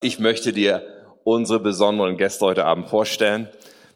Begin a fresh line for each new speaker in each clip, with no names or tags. Ich möchte dir unsere besonderen Gäste heute Abend vorstellen.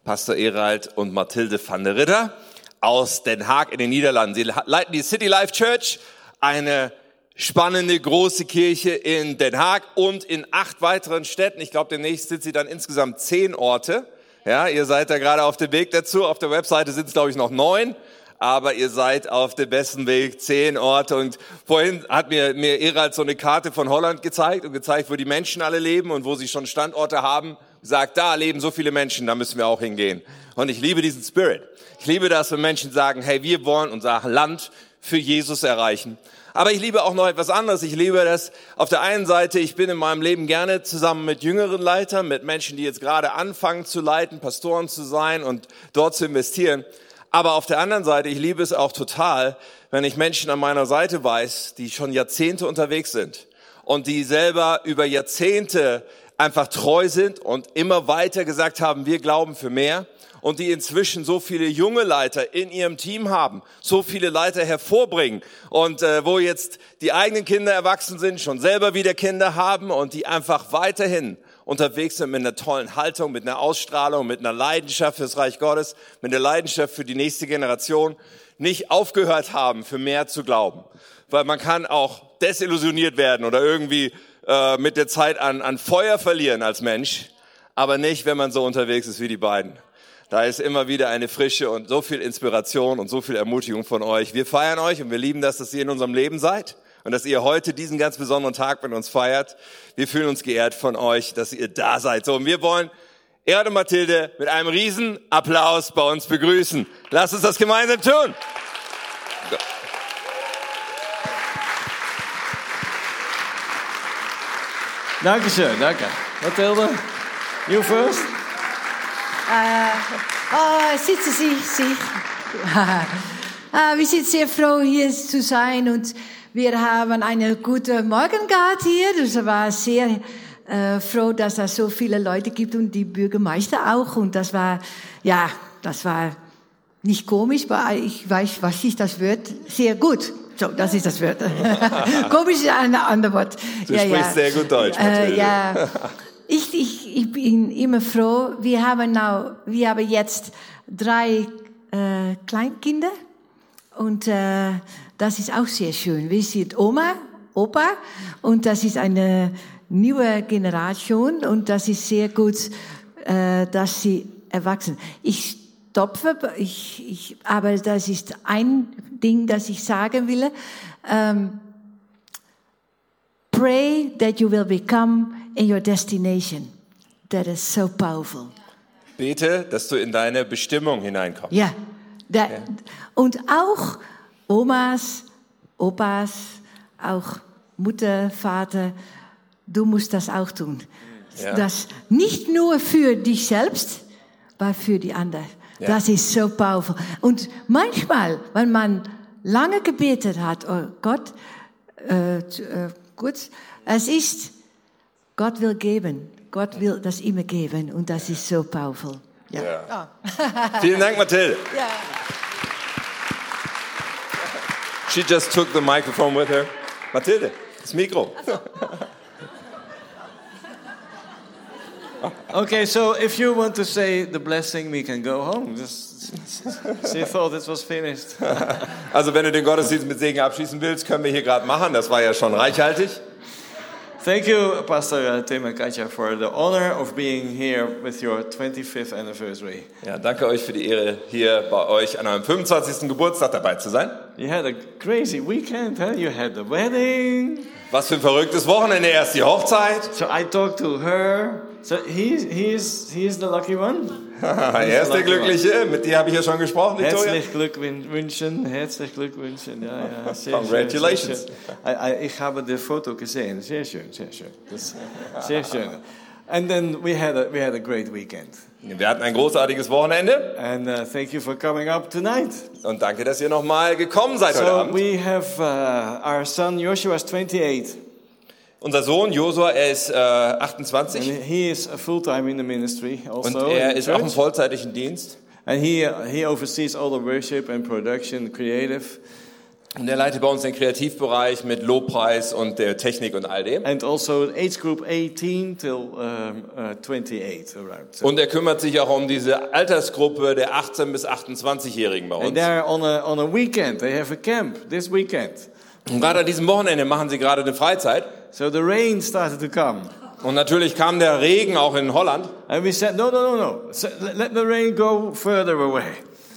Pastor Erald und Mathilde van der Ritter aus Den Haag in den Niederlanden. Sie leiten die City Life Church, eine spannende große Kirche in Den Haag und in acht weiteren Städten. Ich glaube, demnächst sind sie dann insgesamt zehn Orte. Ja, ihr seid da gerade auf dem Weg dazu. Auf der Webseite sind es, glaube ich, noch neun aber ihr seid auf dem besten Weg, zehn Orte. Und vorhin hat mir, mir Erald so eine Karte von Holland gezeigt und gezeigt, wo die Menschen alle leben und wo sie schon Standorte haben. Sagt, da leben so viele Menschen, da müssen wir auch hingehen. Und ich liebe diesen Spirit. Ich liebe das, wenn Menschen sagen, hey, wir wollen unser Land für Jesus erreichen. Aber ich liebe auch noch etwas anderes. Ich liebe das auf der einen Seite, ich bin in meinem Leben gerne zusammen mit jüngeren Leitern, mit Menschen, die jetzt gerade anfangen zu leiten, Pastoren zu sein und dort zu investieren. Aber auf der anderen Seite, ich liebe es auch total, wenn ich Menschen an meiner Seite weiß, die schon Jahrzehnte unterwegs sind und die selber über Jahrzehnte einfach treu sind und immer weiter gesagt haben, wir glauben für mehr und die inzwischen so viele junge Leiter in ihrem Team haben, so viele Leiter hervorbringen und äh, wo jetzt die eigenen Kinder erwachsen sind, schon selber wieder Kinder haben und die einfach weiterhin unterwegs sind mit einer tollen Haltung, mit einer Ausstrahlung, mit einer Leidenschaft fürs Reich Gottes, mit einer Leidenschaft für die nächste Generation, nicht aufgehört haben, für mehr zu glauben. Weil man kann auch desillusioniert werden oder irgendwie äh, mit der Zeit an, an Feuer verlieren als Mensch, aber nicht, wenn man so unterwegs ist wie die beiden. Da ist immer wieder eine Frische und so viel Inspiration und so viel Ermutigung von euch. Wir feiern euch und wir lieben das, dass ihr in unserem Leben seid und dass ihr heute diesen ganz besonderen Tag mit uns feiert. Wir fühlen uns geehrt von euch, dass ihr da seid. So, und wir wollen Erde Mathilde mit einem riesen Applaus bei uns begrüßen. Lasst uns das gemeinsam tun. So.
Dankeschön, danke. Mathilde, you first.
Äh, oh, sitzen Sie, sich. äh, wir sind sehr froh, hier zu sein und wir haben einen guten Morgen gehabt hier. Dus ich war sehr äh, froh, dass es so viele Leute gibt und die Bürgermeister auch. Und das war, ja, das war nicht komisch, aber ich weiß, was ist das Wort? Sehr gut. So, das ist das Wort. komisch ist ein anderes Wort.
Du sprichst sehr gut Deutsch,
Äh,
Mathilde.
ja. Ich, ich, ich bin immer froh. Wir haben now, wir haben jetzt drei äh, Kleinkinder und äh, das ist auch sehr schön. Wir sind Oma, Opa und das ist eine neue Generation und das ist sehr gut, äh, dass sie erwachsen. Ich stopfe, ich, ich, aber das ist ein Ding, das ich sagen will. Ähm, pray that you will become in your destination. That is so powerful.
Bete, dass du in deine Bestimmung hineinkommst.
Ja. Da, Und auch Omas, Opas, auch Mutter, Vater, du musst das auch tun.
Ja.
Das nicht nur für dich selbst, aber für die anderen.
Ja.
Das ist so powerful. Und manchmal, wenn man lange gebetet hat, oh Gott, äh, äh, gut, es ist, Gott will geben. Gott will das immer geben. Und das ist so powerful. Ja.
Vielen Dank, Mathilde.
Ja.
She just took the microphone with her. Mathilde, das Mikro.
Okay, so if you want to say the blessing, we can go home. Just, she thought it was finished.
Also wenn du den Gottesdienst mit Segen abschließen willst, können wir hier gerade machen. Das war ja schon reichhaltig.
Thank you, Pastor uh, Tim and Katja, for the honor of being here with your 25th anniversary.
Ja, danke euch für die Ehre, hier bei euch an eurem 25. Geburtstag dabei zu sein.
You had a crazy weekend, huh? You had the wedding.
Was für ein verrücktes Wochenende. Erst die Hochzeit,
So I talked to her. So he's, he's, he's the lucky one.
er ist der Glückliche. Mit dir habe ich ja schon gesprochen, Victoria.
Herzlich Glückwünschen, herzlich Glückwünschen. Ja, ja, sehr schön,
Congratulations.
sehr schön. Ah, I, I, ich habe die Foto gesehen. Sehr schön, sehr schön. Das, sehr schön. And then we had a, we had a great weekend.
Wir hatten ein großartiges Wochenende
And uh, thank you for coming up tonight.
und danke, dass ihr nochmal gekommen seid heute
So
Abend.
we have uh, our son Joshua is 28.
Unser Sohn Josua, er ist äh,
And
28
he is full time in the ministry
und
also. in
er
the
ist auch im
church. uh,
vollzeitlichen Dienst.
And he, he oversees all the worship and production, creative.
Und er leitet bei uns den Kreativbereich mit Lobpreis und der Technik und all dem.
and also age group 18 till um, uh, 28 around. So-
Und er kümmert sich auch um diese Altersgruppe der 18 bis 28-Jährigen bei
and
uns.
they're on a on a weekend. They have a camp this weekend.
Und gerade an diesem Wochenende machen sie gerade eine Freizeit.
So the rain started to come,
Und natürlich kam der Regen auch in Holland.
and we said, no, no, no, no. So, let, let the rain go further away.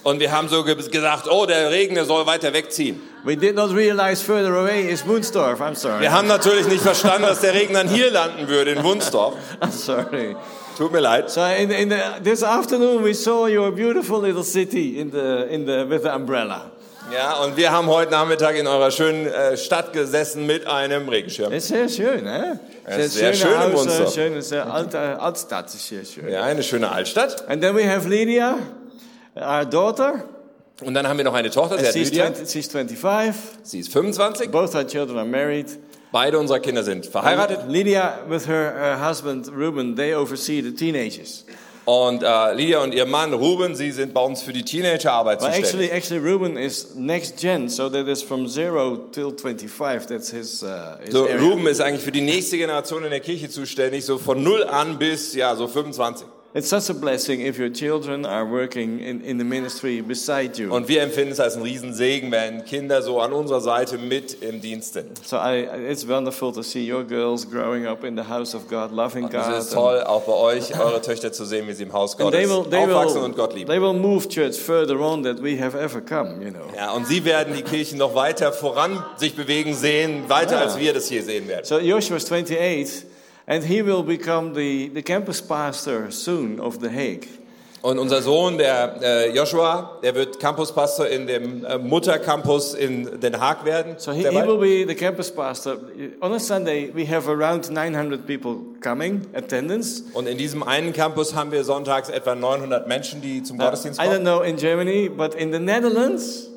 Und wir haben so ge- gesagt, oh, der Regen, der soll weiter wegziehen.
We did not realize further away is Moonstorf. I'm sorry.
Wir haben natürlich nicht verstanden, dass der Regen dann hier landen würde, in Wunstorf.
I'm sorry.
Tut mir leid.
So in, in the, this afternoon we saw your beautiful little city in the in the with the umbrella.
Ja, und wir haben heute Nachmittag in eurer schönen äh, Stadt gesessen mit einem Regenschirm.
Ist sehr schön, hè?
is zeer schön in Woensdorp.
schöne alte Altstadt ist sehr schön.
Ja, eine schöne Altstadt.
And then we have Lydia, our daughter.
Und dann haben wir noch eine Tochter, sie hat
She's,
Lydia.
20, she's 25.
Sie ist 25.
Both our children are married.
Beide unserer Kinder sind verheiratet.
Lydia with her, her husband Ruben, they oversee the teenagers.
Und äh, Lydia und ihr Mann Ruben, sie sind bei uns für die Teenagerarbeit
But
zuständig.
actually, actually Ruben is next gen, so that is from zero till 25. That's his, uh, his
So,
area.
Ruben ist eigentlich für die nächste Generation in der Kirche zuständig, so von null an bis ja so 25.
It's such a blessing if your children are working in, in the ministry beside you.
Und wir empfinden es als einen Riesensegen, wenn Kinder so an unserer Seite mit im Dienst sind.
so I, it's wonderful to see your girls growing up in the house of God, loving God.
Es ist toll, auch bei euch eure Töchter zu sehen, wie sie im Haus
and
Gottes
they will, they
aufwachsen
will,
und Gott lieben.
they will move church further on that we have ever come, you know.
Ja, und sie werden die Kirche noch weiter voran sich bewegen sehen, weiter als wir das hier sehen werden.
So Joshua is 28, and he will become the, the campus pastor soon of The Hague.
Und unser Sohn, der äh, Joshua, der wird Campuspastor in dem äh, Muttercampus in Den Haag werden.
So he,
Der
he
bald-
will be the campus pastor. On a Sunday, we have around 900 people coming, attendance.
Und in diesem einen Campus haben wir sonntags etwa 900 Menschen, die zum Gottesdienst
I don't
kommen.
know in Germany, but in the Netherlands,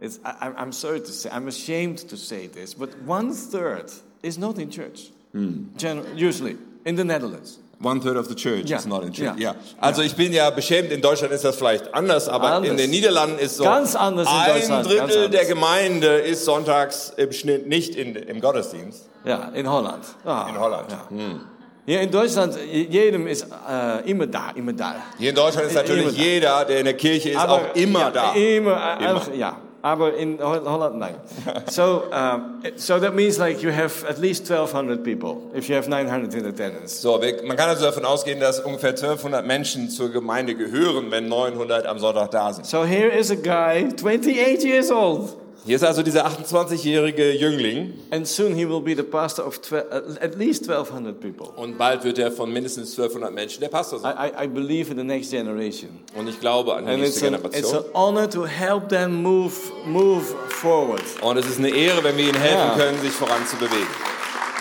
it's, I, I'm- I'm sorry to say, I'm ashamed to say this, but one third is not in church,
Hmm.
Gen- usually in the Netherlands.
One third of the church
Ja. is not in church. Ja. Ja.
Also ich bin ja beschämt, in Deutschland ist das vielleicht anders, aber
Anders.
in den Niederlanden ist so
Ganz anders in
ein
Deutschland, ganz
Drittel der
anders.
Gemeinde ist sonntags im Schnitt nicht in, im Gottesdienst
Yeah, in Holland. Ah.
in Holland.
Hier in Deutschland, jedem ist äh, immer da, immer da.
Hier in Deutschland ist natürlich
Immer da.
jeder, der in der Kirche ist, auch immer
Äh, ja,
da.
Immer, äh,
Immer.
auch- ja. Aber in Ho- Holland, nein. so, um, so that means like you have at least 1,200 people if you have 900 in attendance.
So, wir, man kann also davon ausgehen, dass ungefähr 1200 Menschen zur Gemeinde gehören, wenn 900 am Sonntag da sind.
So here is a guy, 28 years old,
Hier ist also dieser 28-jährige Jüngling
and soon he will be the pastor of twe- uh, at least 1,200 people.
und bald wird er von mindestens 1200 Menschen der Pastor
I,
sein.
I, I believe in the next generation,
Und ich glaube an die
and it's,
nächste
an, it's
Generation.
an honor to help them move move forward.
Und es ist eine Ehre, wenn wir ihnen helfen
Ja.
können, sich voranzubewegen.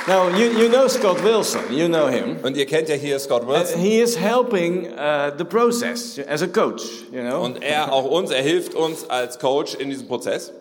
Now you you know Scott Wilson, you know him.
Und ihr kennt ja hier Scott
Uh,
Wilson.
he is helping uh, the process as a coach, you know.
Und er auch uns, er hilft uns als Coach in diesem Prozess.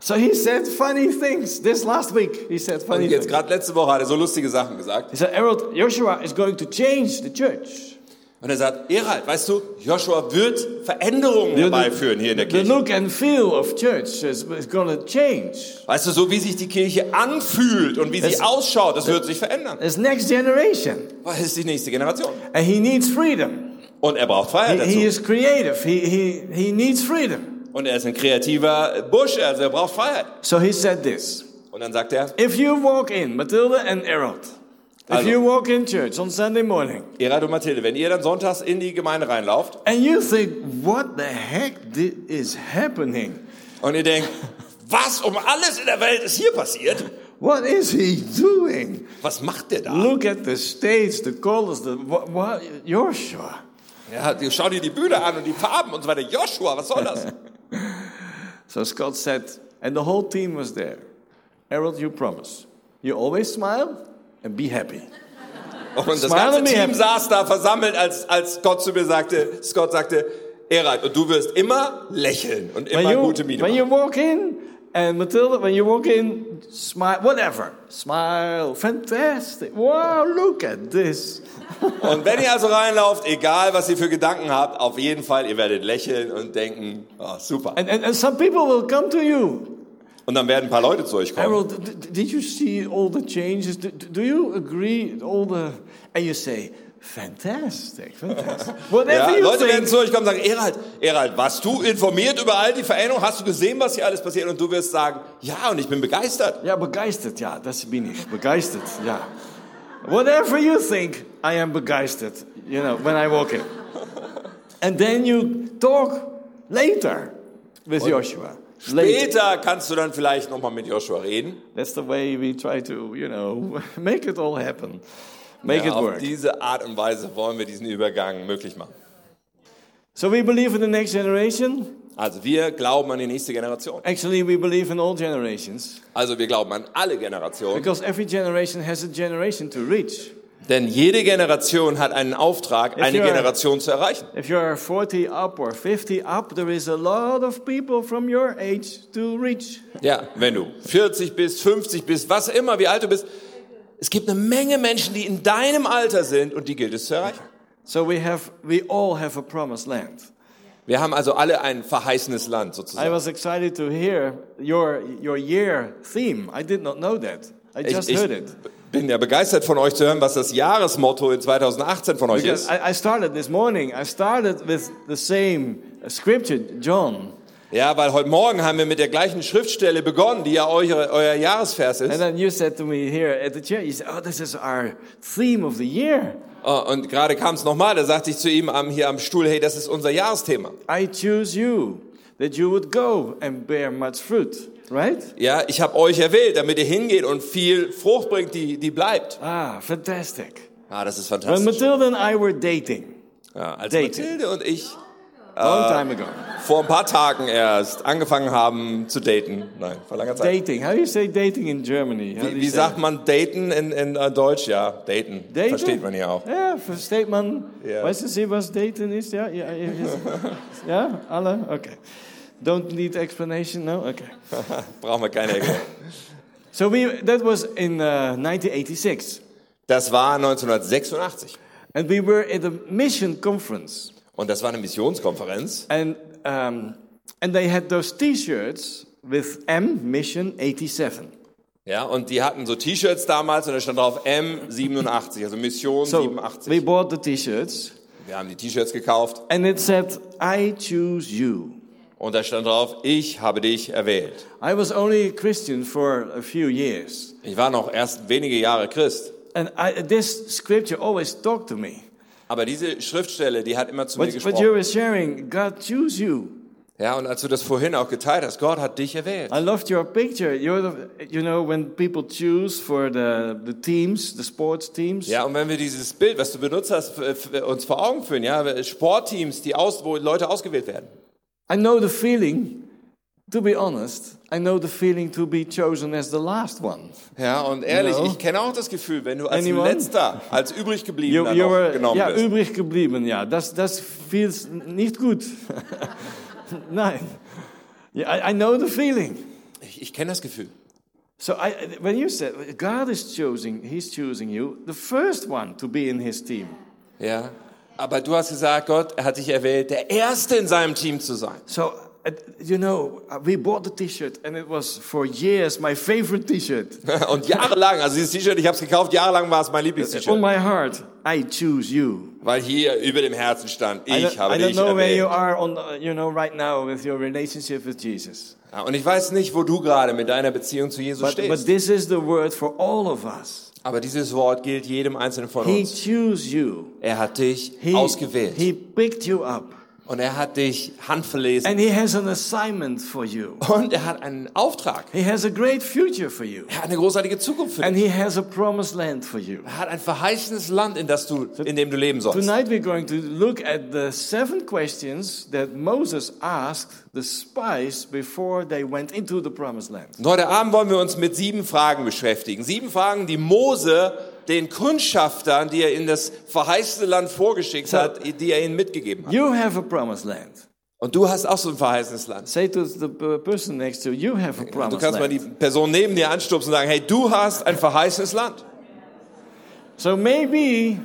so he said funny things this last week. He said
Und
funny
jetzt
things.
gerade letzte Woche hat er so lustige Sachen gesagt.
He said, Harold, Joshua is going to change the church.
Und er sagt, Erald, weißt du, Joshua wird Veränderungen herbeiführen hier in der
The
Kirche.
look and feel of church is, is going to change.
Weißt du, so wie sich die Kirche anfühlt und wie sie
Es-
ausschaut, das wird sich verändern.
It's next generation.
Weil es ist die nächste Generation.
And he needs freedom.
Und er braucht
He,
Freiheit
he
dazu.
is creative. He, he, he needs freedom.
Und er ist ein kreativer Bursche, also er braucht Freiheit.
So he said this.
Und dann sagt er,
If you walk in, Matilda and Harold, if
Also-
you walk in church on Sunday morning,
Erald und Mathilde, wenn ihr dann sonntags in die Gemeinde reinlauft,
And you think, what the heck thi- is happening?
Und ihr denkt, was um alles in der Welt ist hier passiert?
What is he doing?
Was macht der da?
Look at the stage, the colors, the what, what Joshua.
Ja, die- schau dir die Bühne an und die Farben und so weiter. Joshua, was soll das?
So Scott said, and the whole team was there. Harold, you promise. You always smile and be happy.
Und das
Smile
ganze
and be
Team
happy.
saß da versammelt, als, als Gott zu mir sagte, Scott sagte, Erald, und du wirst immer lächeln und immer
you,
gute Miene
when you
machen.
walk in, and Matilda, when you walk in, smile, whatever. Smile, fantastic. Wow, look at this.
Und wenn ihr also reinlauft, egal was ihr für Gedanken habt, auf jeden Fall, ihr werdet lächeln und denken, oh, super.
And, and, and some people will come to you.
Und dann werden ein paar Leute zu euch kommen.
Harold, d- d- did you see all the changes? D- d- do you agree all the? And you say, fantastic, fantastic. Whatever
Ja,
you
Leute werden
think.
zu euch kommen und sagen, Erald, Erald, warst du informiert über all die Veränderungen? Hast du gesehen, was hier alles passiert? Und du wirst sagen, ja, und ich bin begeistert.
Ja, begeistert. Ja, das bin ich. Begeistert. Ja. Whatever you think, I am begeistert. You know, when I walk in. And then you talk later with Joshua. Later.
Später kannst du dann vielleicht nochmal mit Joshua reden.
That's the way we try to, you know, make it all happen. Make
Ja,
it
auf
work.
diese Art und Weise wollen wir diesen Übergang möglich machen.
So we believe in the next generation.
Also wir glauben an die nächste Generation.
Actually, we believe in all generations
Also wir glauben an alle Generationen.
because every generation has a generation to reach.
Denn jede Generation hat einen Auftrag, eine
you're-
Generation zu erreichen.
If you're 40 up or 50 up, there is a lot of people from your age to reach.
Ja, wenn du 40 bist, 50 bist, was immer, wie alt du bist. Es gibt eine Menge Menschen, die in deinem Alter sind und die gilt es zu erreichen.
So we have, we all have a promised land.
Wir haben also alle ein verheißenes Land
I
sozusagen.
was excited to hear your your year theme. I did not know that. I just
Ich, ich
heard it
bin ja begeistert von euch zu hören, was das Jahresmotto in 2018 von euch
because
ist.
I, I started this morning. I started with the same uh, scripture, John,
Ja, weil heute Morgen haben wir mit der gleichen Schriftstelle begonnen, die ja eure, euer Jahresvers
and
ist.
then you said to me here at the church, you said, "Oh, this is our theme of the year."
Oh, und gerade kam es nochmal, da sagte ich zu ihm am, hier am Stuhl, hey, das ist unser Jahresthema.
I choose you that you would go and bear much fruit, right?
Ja, ich habe euch erwählt, damit ihr hingeht und viel Frucht bringt, die, die bleibt.
Ah, fantastic.
Ah, das ist
When
fantastisch.
Matilda and I were dating
Ja, als
Date.
Mathilde und ich
a long time ago.
vor ein paar Tagen erst angefangen haben zu daten, nein, vor langer Zeit.
Dating. How do you say dating in Germany? How do
Wie,
you
wie
say
sagt man daten in, in äh, Deutsch? Ja, daten.
Daten?
Versteht man ja auch.
Ja, versteht man.
Ja.
Weißt du sie, was daten ist? Ja, ja, ja. ja alle? Okay. Don't need explanation, no? Okay.
Brauchen wir keine Erklärung.
So we, that was in uh, 1986.
Das war 1986.
And we were at a mission conference.
Und das war eine Missionskonferenz.
And, um, and they had those T-shirts with M, Mission 87.
Ja, und die hatten so T-Shirts damals und da stand drauf M87, also Mission
we
87.
bought the T-shirts.
Wir haben die T-Shirts gekauft
And it said, I choose you.
und da stand drauf, ich habe dich erwählt.
I was only a Christian for a few years.
Ich war noch erst wenige Jahre Christ.
And I, this scripture always talked to me.
Aber diese Schriftstelle, die hat immer zu mir
But, but
gesprochen.
you were sharing, God choose you.
Ja, und als du das vorhin auch geteilt hast, Gott hat dich erwählt.
I loved your picture. You're the, you know, when people choose for the, the teams, the sports teams.
Ja, und wenn wir dieses Bild, was du benutzt hast, f- f- uns vor Augen führen, ja, Sportteams, die aus, wo Leute ausgewählt werden.
I know the feeling, to be honest, I know the feeling to be chosen as the last one.
Ja, und ehrlich,
Genau.
ich kenne auch das Gefühl, wenn du als
Anyone?
letzter, als übrig
You,
gebliebener
you
noch
were
genommen
ja,
wirst.
übrig geblieben, ja. Das, das feels nicht gut. Nein. Yeah, I, I know the feeling.
Ich, ich kenne das Gefühl.
So I, when you said God is choosing, He's choosing you, the first one to be in His team.
Ja. Aber du hast gesagt, Gott hat dich erwählt, der Erste in seinem Team zu sein.
So, uh, you know, uh, we bought the T-shirt, and it was for years my favorite T-shirt.
Und jahrelang, also dieses T-Shirt, ich habe es gekauft, jahrelang war es mein
On
Lieblings-T-Shirt.
my heart, I choose you.
Weil hier über dem Herzen stand,
I
ich
don't,
habe
I don't
dich
know where you
erwählt.
are on, uh, you know, right now with your relationship with Jesus.
Ja, Und ich weiß nicht, wo du gerade mit deiner Beziehung zu Jesus
But, but
stehst.
this is the word for all of us.
Aber dieses Wort gilt jedem Einzelnen von
He
uns.
chose you.
Er hat dich
He,
ausgewählt
he picked you up,
und er hat dich handverlesen
and he has an assignment for you.
und er hat einen Auftrag.
He has a great future for you,
Er hat eine großartige Zukunft für dich.
and he has a promised land for you.
Er hat ein verheißenes Land, in das du, in dem du leben sollst.
Tonight we're going to look at the seven questions that Moses asked the spies before they went into the promised land.
Und heute Abend wollen wir uns mit sieben Fragen beschäftigen. Sieben Fragen, die Mose den Kundschaftern, die er in das verheißene Land vorgeschickt hat, die er ihnen mitgegeben hat.
You have a promised land.
Und du hast auch so ein verheißenes Land.
Say to the p- person next to you, you have a
Du
promised
kannst mal die
land.
Person neben dir anstupsen und sagen, hey, du hast ein verheißenes Land.
So maybe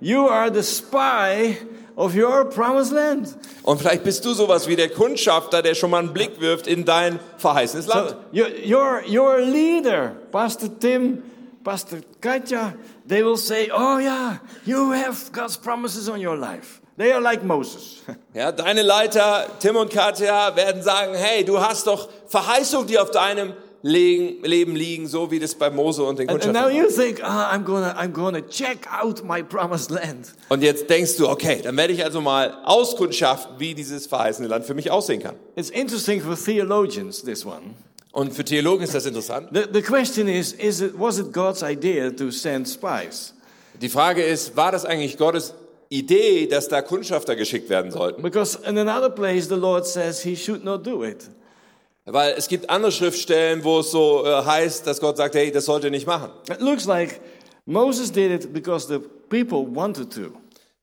you are the spy of your promised land.
Und vielleicht bist du sowas wie der Kundschafter, der schon mal einen Blick wirft in dein verheißenes Land.
So your, your, your leader, Pastor Tim, Pastor Katja, they will say, Oh, yeah, you have God's promises on your life. They are like Moses.
Ja, deine Leiter, Tim und Katja, werden sagen, hey, du hast doch Verheißungen, die auf deinem Legen- Leben liegen, so wie das bei Mose und den
And, and now
Kundschaftern. war.
you think, ah, I'm gonna, I'm gonna check out my promised land.
Und jetzt denkst du, okay, dann werde ich also mal auskundschaften, wie dieses verheißene Land für mich aussehen kann.
It's interesting for theologians, this one.
Und für Theologen ist das interessant.
The, the question is, is it, was it God's idea to send spies?
Die Frage ist, war das eigentlich Gottes Idee, dass da Kundschafter geschickt werden sollten?
Because in another place, the Lord says he should not do it.
Weil es gibt andere Schriftstellen, wo es so äh, heißt, dass Gott sagt, hey, das sollt ihr nicht machen.
It looks like Moses did it because the people wanted to.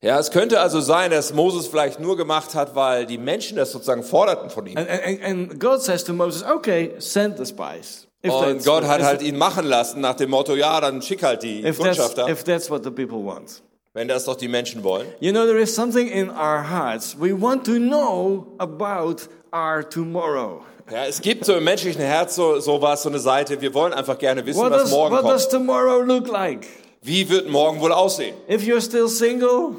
Ja, es könnte also sein, dass Moses vielleicht nur gemacht hat, weil die Menschen das sozusagen forderten von ihm.
And, and, and and God says to Moses, okay, send the spies. If
Und Gott hat
if-
halt ihn machen lassen nach dem Motto, ja, dann schick halt die
if that's,
Kundschafter,
if that's what the people want.
wenn das doch die Menschen wollen.
You know, there is something in our hearts. We want to know about our tomorrow.
Ja, es gibt so im menschlichen Herz so, so was, so eine Seite, wir wollen einfach gerne wissen,
What
was
does,
morgen
what
kommt.
does tomorrow look like?
Wie wird morgen wohl aussehen?
If you're still single,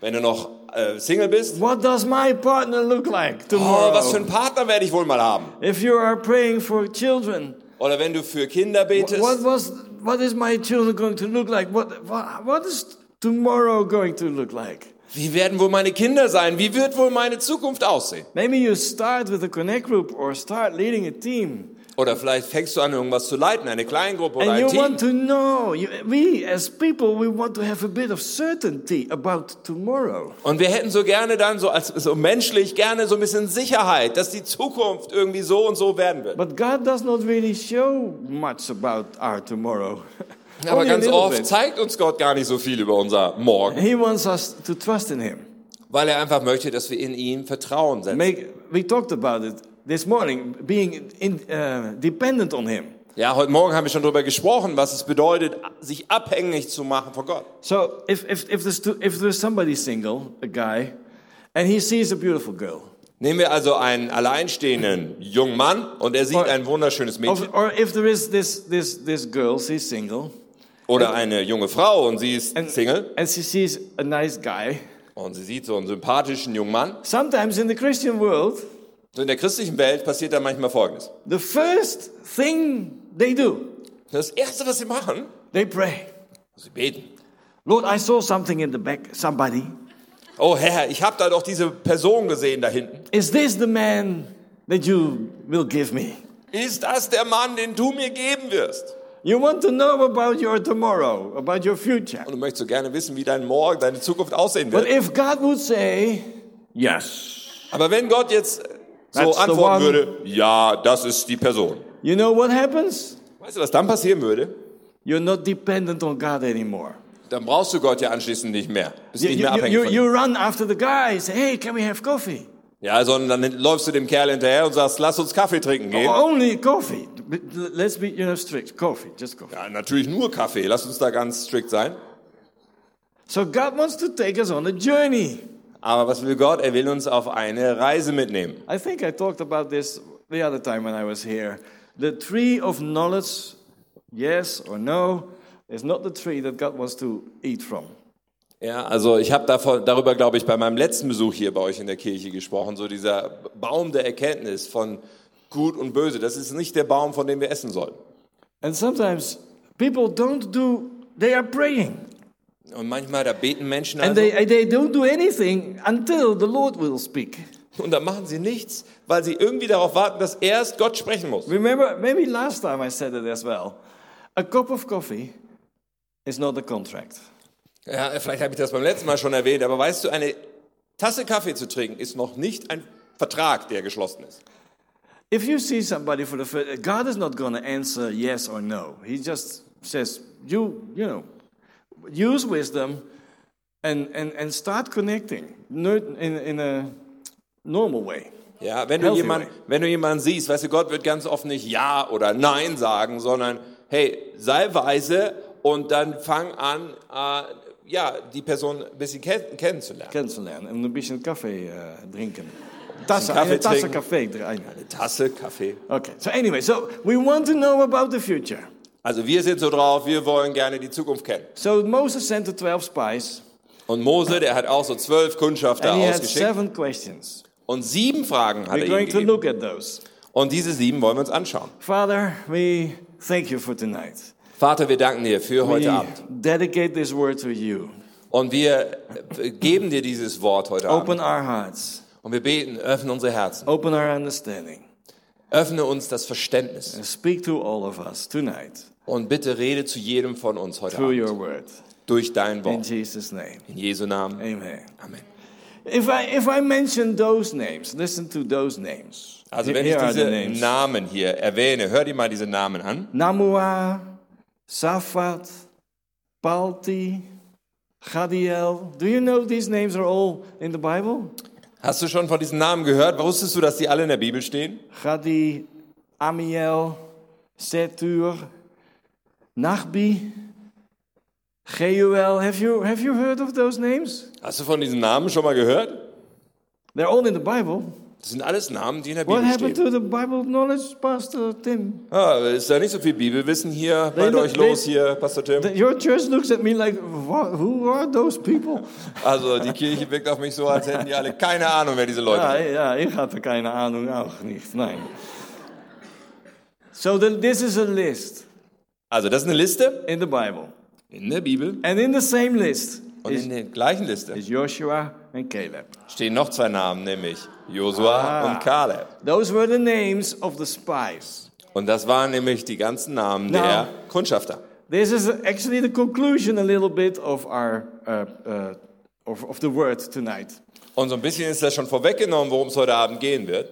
Wenn du noch äh, Single bist,
what does my partner look like tomorrow?
oh, was für einen Partner werde ich wohl mal haben?
if you are praying for children,
Oder wenn du für Kinder betest,
what, was, what is my children going to look like? What, what, what is tomorrow going to look like?
wie werden wohl meine Kinder sein? Wie wird wohl meine Zukunft aussehen?
Maybe you start with a connect group or start leading a team.
Oder vielleicht fängst du an, irgendwas zu leiten, eine Kleingruppe oder
And
ein
you
Team.
want to know. You, we as people, we want to have a bit of certainty about tomorrow.
Und wir hätten so gerne dann, so als so menschlich, gerne so ein bisschen Sicherheit, dass die Zukunft irgendwie so und so werden wird.
But God does not really show much about our tomorrow.
Aber
Only a
ganz
little
oft
bit.
zeigt uns Gott gar nicht so viel über unser Morgen,
He wants us to trust in Him.
weil er einfach möchte, dass wir in ihn Vertrauen setzen.
Make, we talked about it this morning, being in, uh, dependent on Him.
Ja, heute Morgen haben wir schon darüber gesprochen, was es bedeutet, sich abhängig zu machen von Gott.
So if, if, if, there's two, if there's somebody single, a guy, and he sees a beautiful girl,
Nehmen wir also einen alleinstehenden jungen Mann und er sieht ein wunderschönes Mädchen
or, or if there is this, this, this girl, she's single,
oder eine junge Frau und sie ist Single
and she sees a nice guy,
und sie sieht so einen sympathischen jungen Mann.
Sometimes in the Christian world,
So in der christlichen Welt passiert dann manchmal Folgendes.
the first thing they do,
Das Erste, was sie machen,
they pray.
sie beten.
Lord, I saw something in the back, somebody.
Oh Herr, ich habe da doch diese Person gesehen da hinten.
Is this the man that you will give me?
Ist das der Mann, den du mir geben wirst?
You want to know about your tomorrow, about your future.
Und du möchtest so gerne wissen, wie dein Morgen, deine Zukunft aussehen
But
wird.
if God would say, Yes,
Aber wenn Gott jetzt so
That's the
antworten
one.
würde, ja, das ist die Person.
you know what happens?
Weißt du, was dann passieren würde?
You're not dependent on God anymore.
Dann brauchst du Gott ja anschließend nicht mehr. Bist
You,
nicht
you-
mehr abhängig
you-
von ihm.
you run after the guy, say, Hey, can we have coffee?
Ja, sondern dann läufst du dem Kerl hinterher und sagst, lass uns Kaffee trinken gehen.
Only coffee. But Let's be, you know, strict. Coffee, just coffee.
Ja, natürlich nur Kaffee. Lass uns da ganz strikt sein.
So God wants to take us on a journey.
Aber was will Gott? Er will uns auf eine Reise mitnehmen.
I think I talked about this the other time when I was here. The tree of knowledge, yes or no, is not the tree that God wants to eat from.
Ja, also ich habe davon, darüber, glaube ich, bei meinem letzten Besuch hier bei euch in der Kirche gesprochen. So dieser Baum der Erkenntnis von Gut und Böse. Das ist nicht der Baum, von dem wir essen sollen.
And sometimes people don't do, they are praying.
Und manchmal, da beten Menschen
And
also,
they, they don't do anything until the Lord will speak.
und dann machen sie nichts, weil sie irgendwie darauf warten, dass erst Gott sprechen muss.
Remember, maybe last time I said it as well. A cup of coffee is not a contract.
Ja, vielleicht habe ich das beim letzten Mal schon erwähnt, aber weißt du, eine Tasse Kaffee zu trinken ist noch nicht ein Vertrag, der geschlossen ist.
If you see somebody for the first, God is not going to answer yes or no. He just says, you, you know, use wisdom and, and, and start connecting Nur- in, in a normal way.
Ja, wenn du
Healthy
jemand,
way.
wenn du jemanden siehst, weißt du, Gott wird ganz oft nicht ja oder nein sagen, sondern hey, sei weise und dann fang an äh, ja, die Person ein bisschen ken kennenzulernen.
kennenzulernen en een beetje een café eh, drinken. Tassen,
Een café
een tassen
drinken.
café drinken.
Tasse, Kaffee.
Okay, so anyway, so we want to know about the future.
Also wir sind so drauf, wir wollen gerne die Zukunft kennen.
So Moses sent the 12 spies
Und Mose, der hat auch so zwölf Kundschafter
and he had
ausgeschickt.
seven questions.
Und sieben Fragen hat
We're
er ihnen
going to
gegeben.
look at those.
Und diese sieben wollen wir uns anschauen.
Father, we thank you for tonight.
Vater, wir danken dir für
We
heute Abend.
dedicate this word to you.
Und wir äh, geben dir dieses Wort heute Abend.
Open our hearts.
Und wir beten, öffne unsere Herzen.
Open our understanding.
Öffne uns das Verständnis.
And speak to all of us tonight
Und bitte rede zu jedem von uns heute
through
Abend.
your word.
Durch dein
In
Wort.
Jesus' name.
In Jesu Namen.
Amen.
Amen.
If I, if I mention those names, listen to those names.
Also
Here-
wenn ich
here are the
diese
names.
Namen hier erwähne, hör dir mal diese Namen an.
Namua, Safat, Palti, Gadiel. Do you know these names are all in the Bible?
Hast du schon von diesen Namen gehört? Wusstest du, dass die alle in der Bibel stehen?
Gadi, Amiel, Setur, Nachbi, Geuel. Have you, have you heard of those names?
Hast du von diesen Namen schon mal gehört?
They're all in the Bible.
Das sind alles Namen, die in der
What
Bibel
happened
stehen.
to the Bible knowledge, Pastor Tim?
Ah, ist da nicht so viel Bibelwissen hier bei
They look-
euch los
they-
hier, Pastor Tim?
Your church looks at me like, "Wha- who are those people?
Also die Kirche wirkt auf mich so, als hätten die alle keine Ahnung, wer diese Leute
Ja,
sind.
ja, ich hatte keine Ahnung auch nicht. Nein. So the, this is a list
Also das ist eine Liste
in the Bible.
in der Bibel
And in the same list
und in der gleichen Liste
is Joshua and Caleb.
stehen noch zwei Namen, nämlich Josua
Ah.
und Kaleb.
Those were the names of the spies.
Und das waren nämlich die ganzen Namen
Na.
der Kundschafter.
This is actually the conclusion a little bit of our uh, uh, of, of the word tonight.
Und so ein bisschen ist das schon vorweggenommen, worum es heute Abend gehen wird.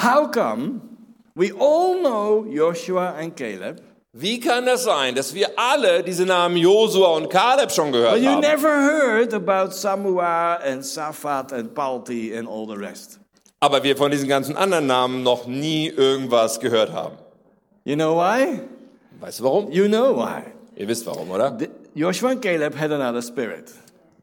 How come we all know Joshua and Caleb,
Wie kann das sein, dass wir alle diese Namen Josua und Kaleb schon
but
gehört
you
haben,
never heard about Samuel and Safat and Palti and all the rest?
aber wir von diesen ganzen anderen Namen noch nie irgendwas gehört haben?
You know why?
Weißt du warum?
You know why.
Ihr wisst warum, oder?
The- Joshua and Caleb had another spirit.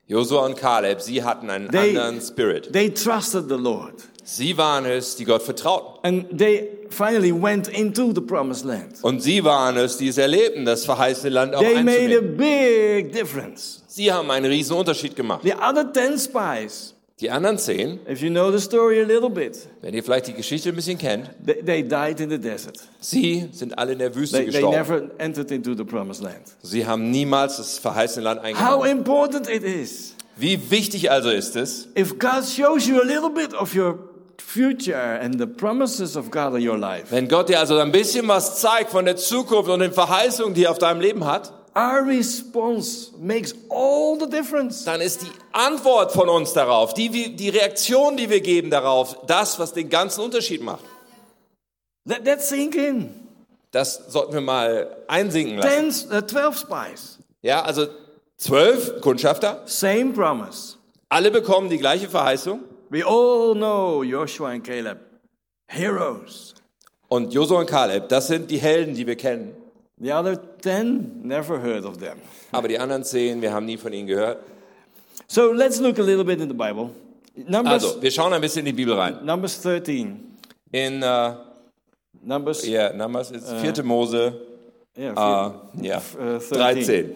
Josua und Kaleb, sie hatten einen
They-
anderen Spirit.
They trusted the Lord.
Sie waren es, die Gott vertrauten.
And they finally went into the promised land.
Und sie waren es, die es erlebten, das verheißene Land auch
They made a
einzunehmen.
big difference.
Sie haben einen riesen Unterschied gemacht.
The other 10 spies,
Die anderen zehn,
if you know the story a little bit,
wenn ihr vielleicht die Geschichte ein bisschen kennt,
they, they died in the desert.
sie sind alle in der Wüste
They, they
gestorben.
never entered into the promised land.
Sie haben niemals das verheißene Land
How
eingenommen.
important it is.
Wie wichtig also ist es,
If God shows you a little bit of your future and the promises of God in your life,
wenn Gott dir also ein bisschen was zeigt von der Zukunft und den Verheißungen, die er auf deinem Leben hat,
our response makes all the difference.
dann ist die Antwort von uns darauf, die, wir- die Reaktion, die wir geben darauf, das, was den ganzen Unterschied macht.
Let that sink in.
Das sollten wir mal einsinken lassen.
10, uh, 12 spies,
Ja, also zwölf Kundschafter,
same promise.
alle bekommen die gleiche Verheißung.
We all know Joshua and Caleb, heroes.
Und Josua und Kaleb, das sind die Helden, die wir kennen.
The other 10, never heard of them.
Aber die anderen zehn, wir haben nie von ihnen gehört.
So let's look a little bit in the Bible. Numbers,
Also, wir schauen ein bisschen in die Bibel rein.
Numbers 13.
In äh,
Numbers
ja, Numbers ist 4. Mose
yeah,
äh, ja,
äh, 13.
13.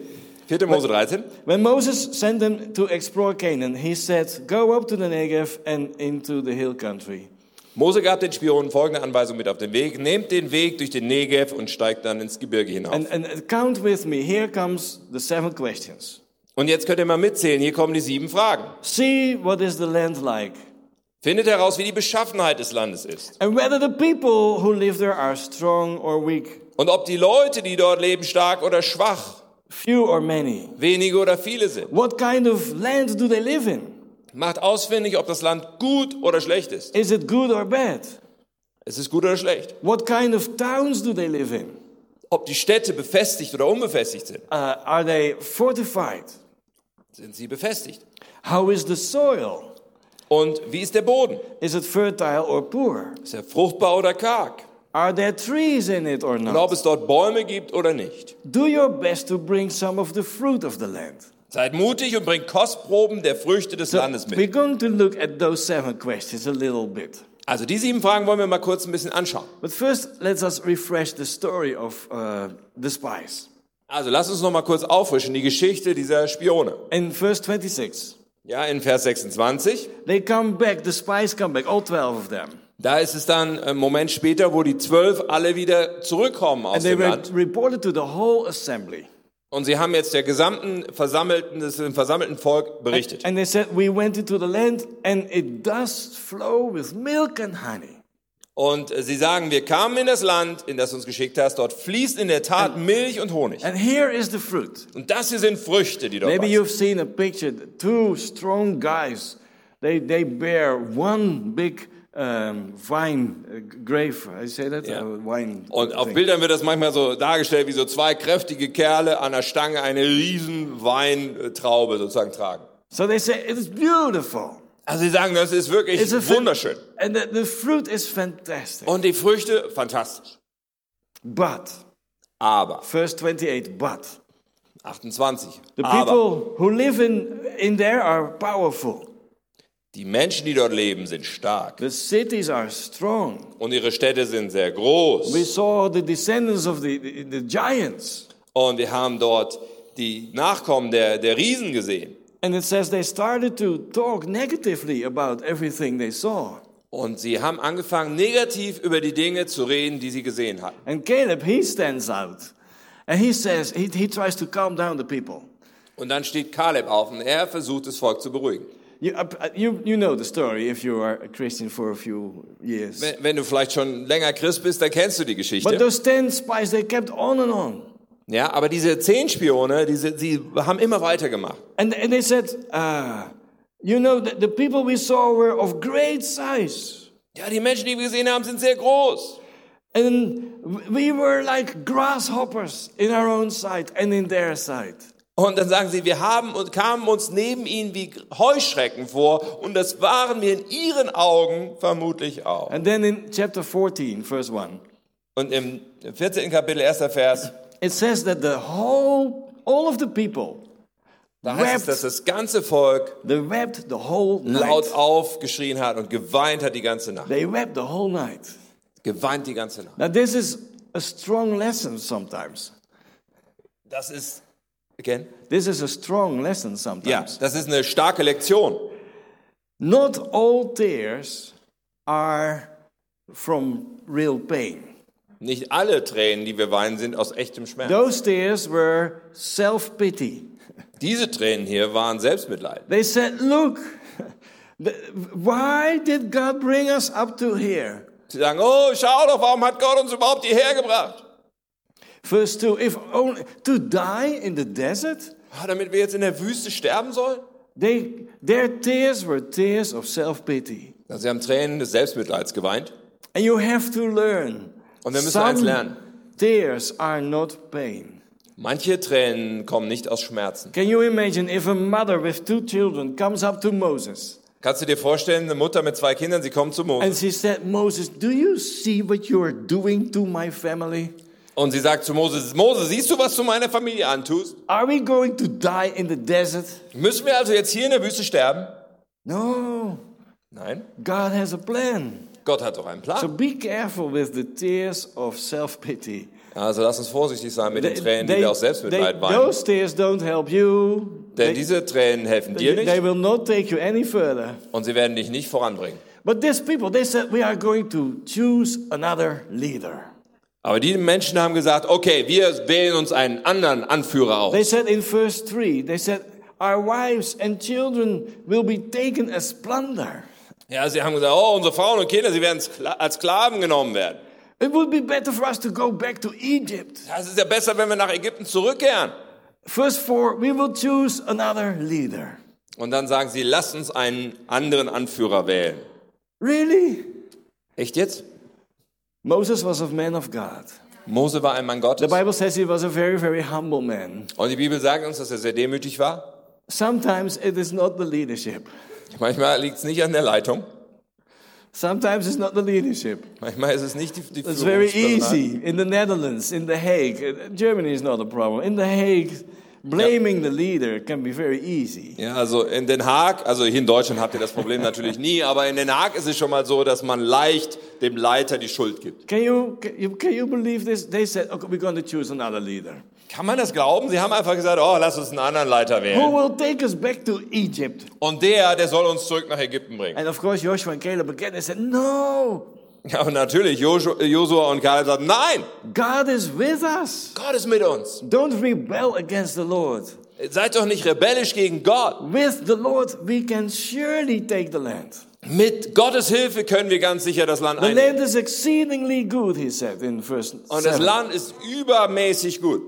4. Mose 13.
When Moses sent them to explore Canaan, he said, Go up to the Negev and into the hill country.
Mose gab den Spionen folgende Anweisung mit auf den Weg. Nehmt den Weg durch den Negev und steigt dann ins Gebirge hinauf.
And, and uh, count with me. Here comes the seven questions.
Und jetzt könnt ihr mal mitzählen, hier kommen die sieben Fragen.
See what is the land like
Findet heraus, wie die Beschaffenheit des Landes ist.
and whether the people who live there are strong or weak,
Und ob die Leute, die dort leben, stark oder schwach,
few or many.
wenige oder viele sind.
What kind of land do they live in?
Macht ausfindig, ob das Land gut oder schlecht ist.
Is it good or bad?
Es ist gut oder schlecht.
What kind of towns do they live in?
Ob die Städte befestigt oder unbefestigt sind.
Uh, are they fortified?
Sind sie befestigt?
How is the soil?
Und wie ist der Boden?
Is it fertile or poor?
Ist er fruchtbar oder karg?
Are there trees in it or
Und ob
not?
es dort Bäume gibt oder nicht.
Do your best to bring some of the fruit of the land.
Seid mutig und bringt Kostproben der Früchte des
So
Landes
we're
mit.
going to look at those seven questions a little bit.
Also die sieben Fragen wollen wir mal kurz ein bisschen anschauen.
But first, let us refresh the story of uh, the spies.
Also lass uns noch mal kurz auffrischen die Geschichte dieser Spione.
In verse 26,
Ja, in Vers 26,
they come back, the spies come back, all 12 of them.
da ist es dann äh, einen Moment später, wo die zwölf alle wieder zurückkommen aus
And they
dem
were
Land.
reported to the whole assembly.
Und sie haben jetzt der gesamten versammelten, des dem versammelten Volk berichtet.
And they said, We went into the land and it does flow with milk and honey.
Und äh, sie sagen, wir kamen in das Land, in das du uns geschickt hast, dort fließt in der Tat Milch und Honig.
And here is the fruit.
Und das hier sind Früchte, die dort
Maybe
wachsen.
you've seen a picture, two strong guys. They, they bear one big um, vine, uh, grape, I say that?
Yeah.
Uh, wine.
Und auf
thing.
Bildern wird das manchmal so dargestellt, wie so zwei kräftige Kerle an der Stange eine riesen Weintraube sozusagen tragen.
So they say, It's beautiful.
Also sie sagen, das ist wirklich
It's a fan-
wunderschön.
And the, the fruit is fantastic.
Und die Früchte, fantastisch.
But,
Aber,
verse 28, but.
28,
The
aber
people who live in, in there are powerful.
die Menschen, die dort leben, sind stark.
The cities are strong.
Und ihre Städte sind sehr
We
groß.
saw the descendants of the, the, the giants.
Und wir haben dort die Nachkommen der, der Riesen gesehen.
And it says they started to talk negatively about everything they saw.
Und sie haben angefangen, negativ über die Dinge zu reden, die sie gesehen hatten.
And Caleb, he stands out. And he says, he, he tries to calm down the people.
Und dann steht Kaleb auf und er versucht, das Volk zu beruhigen.
You, uh, you, you know the story if you are a Christian for a few years.
Wenn, wenn du vielleicht schon länger Christ bist, dann kennst du die
But
Geschichte.
those 10 spies, they kept on and on.
Ja, aber diese zehn Spione, diese, die haben immer weitergemacht.
And, and they said, uh, You know, the, the people we saw were of great size.
Ja, die Menschen, die wir gesehen haben, sind sehr groß.
And we were like grasshoppers in our own sight and in their sight.
Und dann sagen sie, wir haben und kamen uns neben ihnen wie Heuschrecken vor und das waren wir in ihren Augen vermutlich auch.
And then in chapter 14, verse 1,
Und im 14. Kapitel, erster Vers,
it says that the whole, all of the people,
da heißt es, dass das ganze Volk
they wept the whole night.
laut aufgeschrien hat und geweint hat die ganze Nacht.
They wept the whole night.
Geweint die ganze Nacht.
Now, this is a strong lesson sometimes.
Das ist, again?
This is a strong lesson
Ja,
sometimes.
das ist eine starke Lektion.
Not all tears are from real pain.
Nicht alle Tränen, die wir weinen, sind aus echtem Schmerz.
Those tears were self pity.
Diese Tränen hier waren Selbstmitleid.
They said, Look, the- why did God bring us up to here?
Sie sagen, oh, schau doch, warum hat Gott uns überhaupt hierher gebracht?
Verse 2 If only to die in the desert?
Ah, damit wir jetzt in der Wüste sterben sollen?
They, their tears were tears of self pity.
Also sie haben Tränen des Selbstmitleids geweint.
And you have to learn.
Und wir müssen eins
Some
lernen.
tears are not pain.
Manche Tränen kommen nicht aus Schmerzen.
Can you imagine if a mother with two children comes up to Moses?
Kannst du dir vorstellen, eine Mutter mit zwei Kindern, sie kommt zu Mose
And she said, Moses, do you see what you are doing to my family?
und sie sagt zu Mose, Mose, siehst du, was du meiner Familie antust?
Are we going to die in the desert?
Müssen wir also jetzt hier in der Wüste sterben?
No,
Nein,
God has a plan.
Gott hat doch einen
So
Plan.
be careful with the tears of self pity.
Also lass uns vorsichtig sein mit den Tränen, die wir aus Selbstmitleid weinen.
those tears don't help you.
Denn diese Tränen helfen dir
They,
nicht.
they will not take you any further.
und sie werden dich nicht voranbringen.
But these people, they said, we are going to choose another leader.
Aber die Menschen haben gesagt, okay, wir wählen uns einen anderen Anführer
They
aus.
said in verse 3, they said, our wives and children will be taken as plunder.
Ja, sie haben gesagt, oh, unsere Frauen und Kinder, sie werden skla- als Sklaven genommen werden.
It would be better for us to go back to Egypt.
Das ist ja besser, wenn wir nach Ägypten zurückkehren.
Verse 4, we will choose another leader.
Und dann sagen sie, lasst uns einen anderen Anführer wählen.
Really?
Echt jetzt?
Moses was a man of God.
Mose war ein Mann Gottes.
The Bible says he was a very, very humble man.
Und die Bibel sagt uns, dass er sehr demütig war.
Sometimes it is not the leadership.
Manchmal liegt es nicht an der Leitung.
Sometimes it's not the leadership.
Manchmal ist es nicht die, die
It's very
Führungspersonal.
easy in the Netherlands, in The Hague. Germany is not a problem. In The Hague, Blaming the leader can be very easy.
Ja, also in Den Haag, also hier in Deutschland habt ihr das Problem natürlich nie, aber in Den Haag ist es schon mal so, dass man leicht dem Leiter die Schuld gibt.
Can you, can you, can you believe this? They said, okay, we're going to choose another leader.
Kann man das glauben? Sie haben einfach gesagt, oh, lass uns einen anderen Leiter
Who
wählen.
will take us back to Egypt?
Und der, der soll uns zurück nach Ägypten bringen.
And of course, Joshua and Caleb again, they said, no,
Ja, und natürlich, Joshua Josua und Kaleb sagten, nein,
God is with us.
Gott ist mit uns.
Don't rebel against the Lord.
Seid doch nicht rebellisch gegen Gott.
With the Lord, we can surely take the land.
Mit Gottes Hilfe können wir ganz sicher das Land
The
einnehmen.
land is exceedingly good, he said in verse
Und das
7.
Land ist übermäßig gut.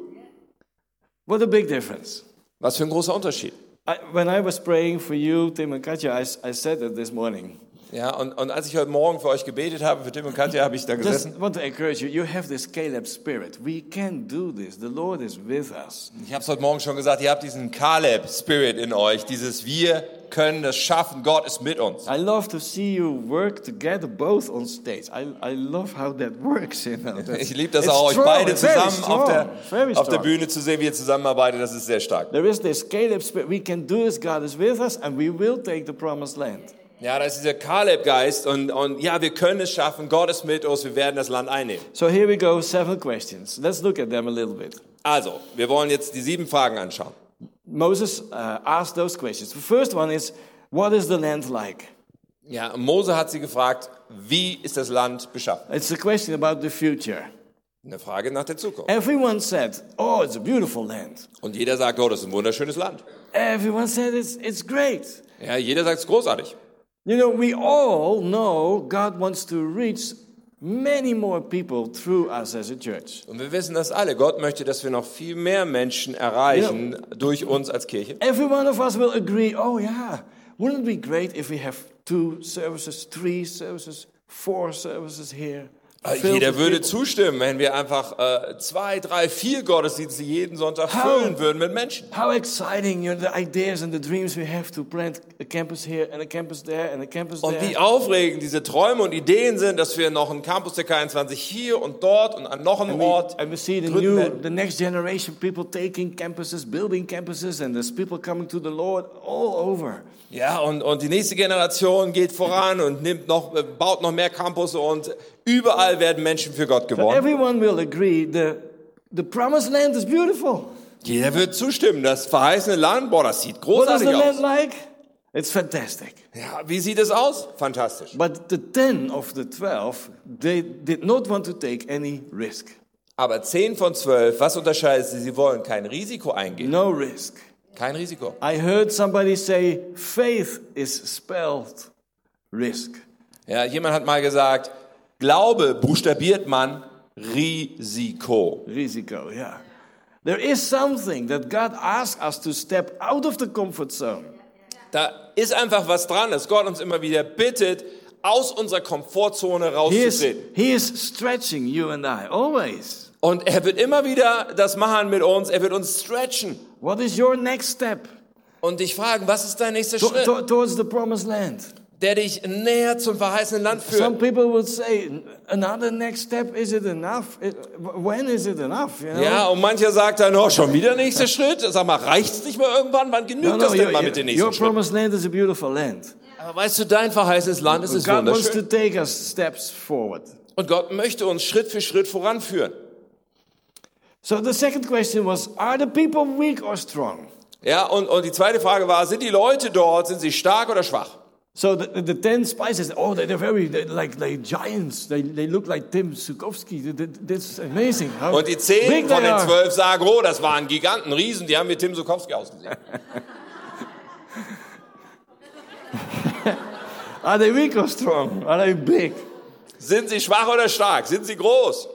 What a big difference.
Was für ein großer Unterschied.
I, when I was praying for you, Tim and Katja, I, s- I said it this morning.
Ja, und, und als ich heute Morgen für euch gebetet habe, für Tim und Katja, habe ich da
Just
gesessen.
want to encourage you. You have this Caleb spirit. We can do this. The Lord is with us.
Ich habe es heute Morgen schon gesagt, ihr habt diesen Caleb-Spirit in euch, dieses Wir können das schaffen, Gott ist mit uns.
I love to see you work together both on stage. I, I love how that works. You know, That's-
Ich liebe das
it's
auch, euch
strong,
beide
very
zusammen auf
very
der, auf der
strong.
Bühne zu sehen, wie ihr zusammenarbeitet, das ist sehr stark.
There is this Caleb spirit. We can do this. God is with us, and we will take the promised land.
Ja, da ist dieser Caleb-Geist und, und ja, wir können es schaffen, Gott ist mit uns, wir werden das Land einnehmen.
So here we go. Seven questions. Let's look at them a little bit.
Also, wir wollen jetzt die sieben Fragen anschauen.
Moses uh, asked those questions. The first one is, what is the land like?
Ja, Mose hat sie gefragt, wie ist das Land beschaffen?
It's a question about the future.
Eine Frage nach der Zukunft.
Everyone said, oh, it's a beautiful land.
Und jeder sagt, oh, das ist ein wunderschönes Land.
Everyone said it's, it's great.
Ja, jeder sagt es ist großartig.
You know, we all know God wants to reach many more people through us as a church.
Und wir wissen das alle. Gott möchte, dass wir noch viel mehr Menschen erreichen durch uns als Kirche.
Every one of us will agree, oh yeah, wouldn't it be great if we have two services, three services, four services here?
Äh,
filled
Jeder
with
würde
people?
zustimmen, wenn wir einfach äh, zwei, drei, vier Gottesdienste jeden Sonntag füllen würden mit Menschen.
How exciting, you know, the ideas and the dreams we have to plant a campus here and a campus there and a campus
Und
there.
wie aufregend diese Träume und Ideen sind, dass wir noch einen Campus der K21 hier und dort und an noch einem
We-
Ort.
and we see the
gründen
new,
werden.
the next generation people taking campuses, building campuses, and there's people coming to the Lord all over.
Ja, und, und die nächste Generation geht voran und nimmt noch, äh, baut noch mehr Campus und überall werden Menschen für Gott geworden.
Everyone will agree the, the promised land is beautiful.
Jeder wird zustimmen. Das verheißene Land, boah, das sieht
What is
großartig
the land
aus.
like? It's fantastic.
Ja, wie sieht es aus? Fantastisch.
But the 10 of the 12, they did not want to take any risk.
Aber 10 von 12, was unterscheidet sie? Sie wollen kein Risiko eingehen.
No risk.
Kein Risiko.
I heard somebody say faith is spelled risk.
Ja, jemand hat mal gesagt, Glaube buchstabiert man Risiko.
Risico, yeah. There is something that God asks us to step out of the comfort zone.
Da ist einfach was dran, dass Gott uns immer wieder bittet, aus unserer Komfortzone
He is,
rauszutreten.
he is stretching you and I, always.
Und er wird immer wieder das machen mit uns. Er wird uns stretchen
What is your next step
und dich fragen, was ist dein nächster
to-
Schritt,
to- towards the promised land?
der dich näher zum verheißenen Land
Some
führt.
people would say, another next step, is it enough? It- when is it enough? You know?
Ja, und mancher sagt dann, oh, schon wieder nächster Schritt. Sag mal, reicht's nicht mal irgendwann? Wann genügt
No, no,
das denn
your,
mal mit den
your
nächsten Schritten?
promised land is a beautiful land.
Aber weißt du, dein verheißenes Land es ist
God wants
wunderschön.
to take us steps forward.
Und Gott möchte uns Schritt für Schritt voranführen.
So the second question was, are the people weak or strong?
Ja, und, und die zweite Frage war, sind die Leute dort, sind sie stark oder schwach?
So the, the, the ten spices, oh, they, they're very, they, like, they giants. They, they look like Tim Sukovsky. Th- th- That's amazing. How
Und die zehn
big
von
they
den
are.
zwölf sagen, oh, das waren Giganten, Riesen, die haben wie Tim Sukowski ausgesehen.
Are they weak or strong? Are they big?
Sind sie schwach oder stark? Sind sie groß?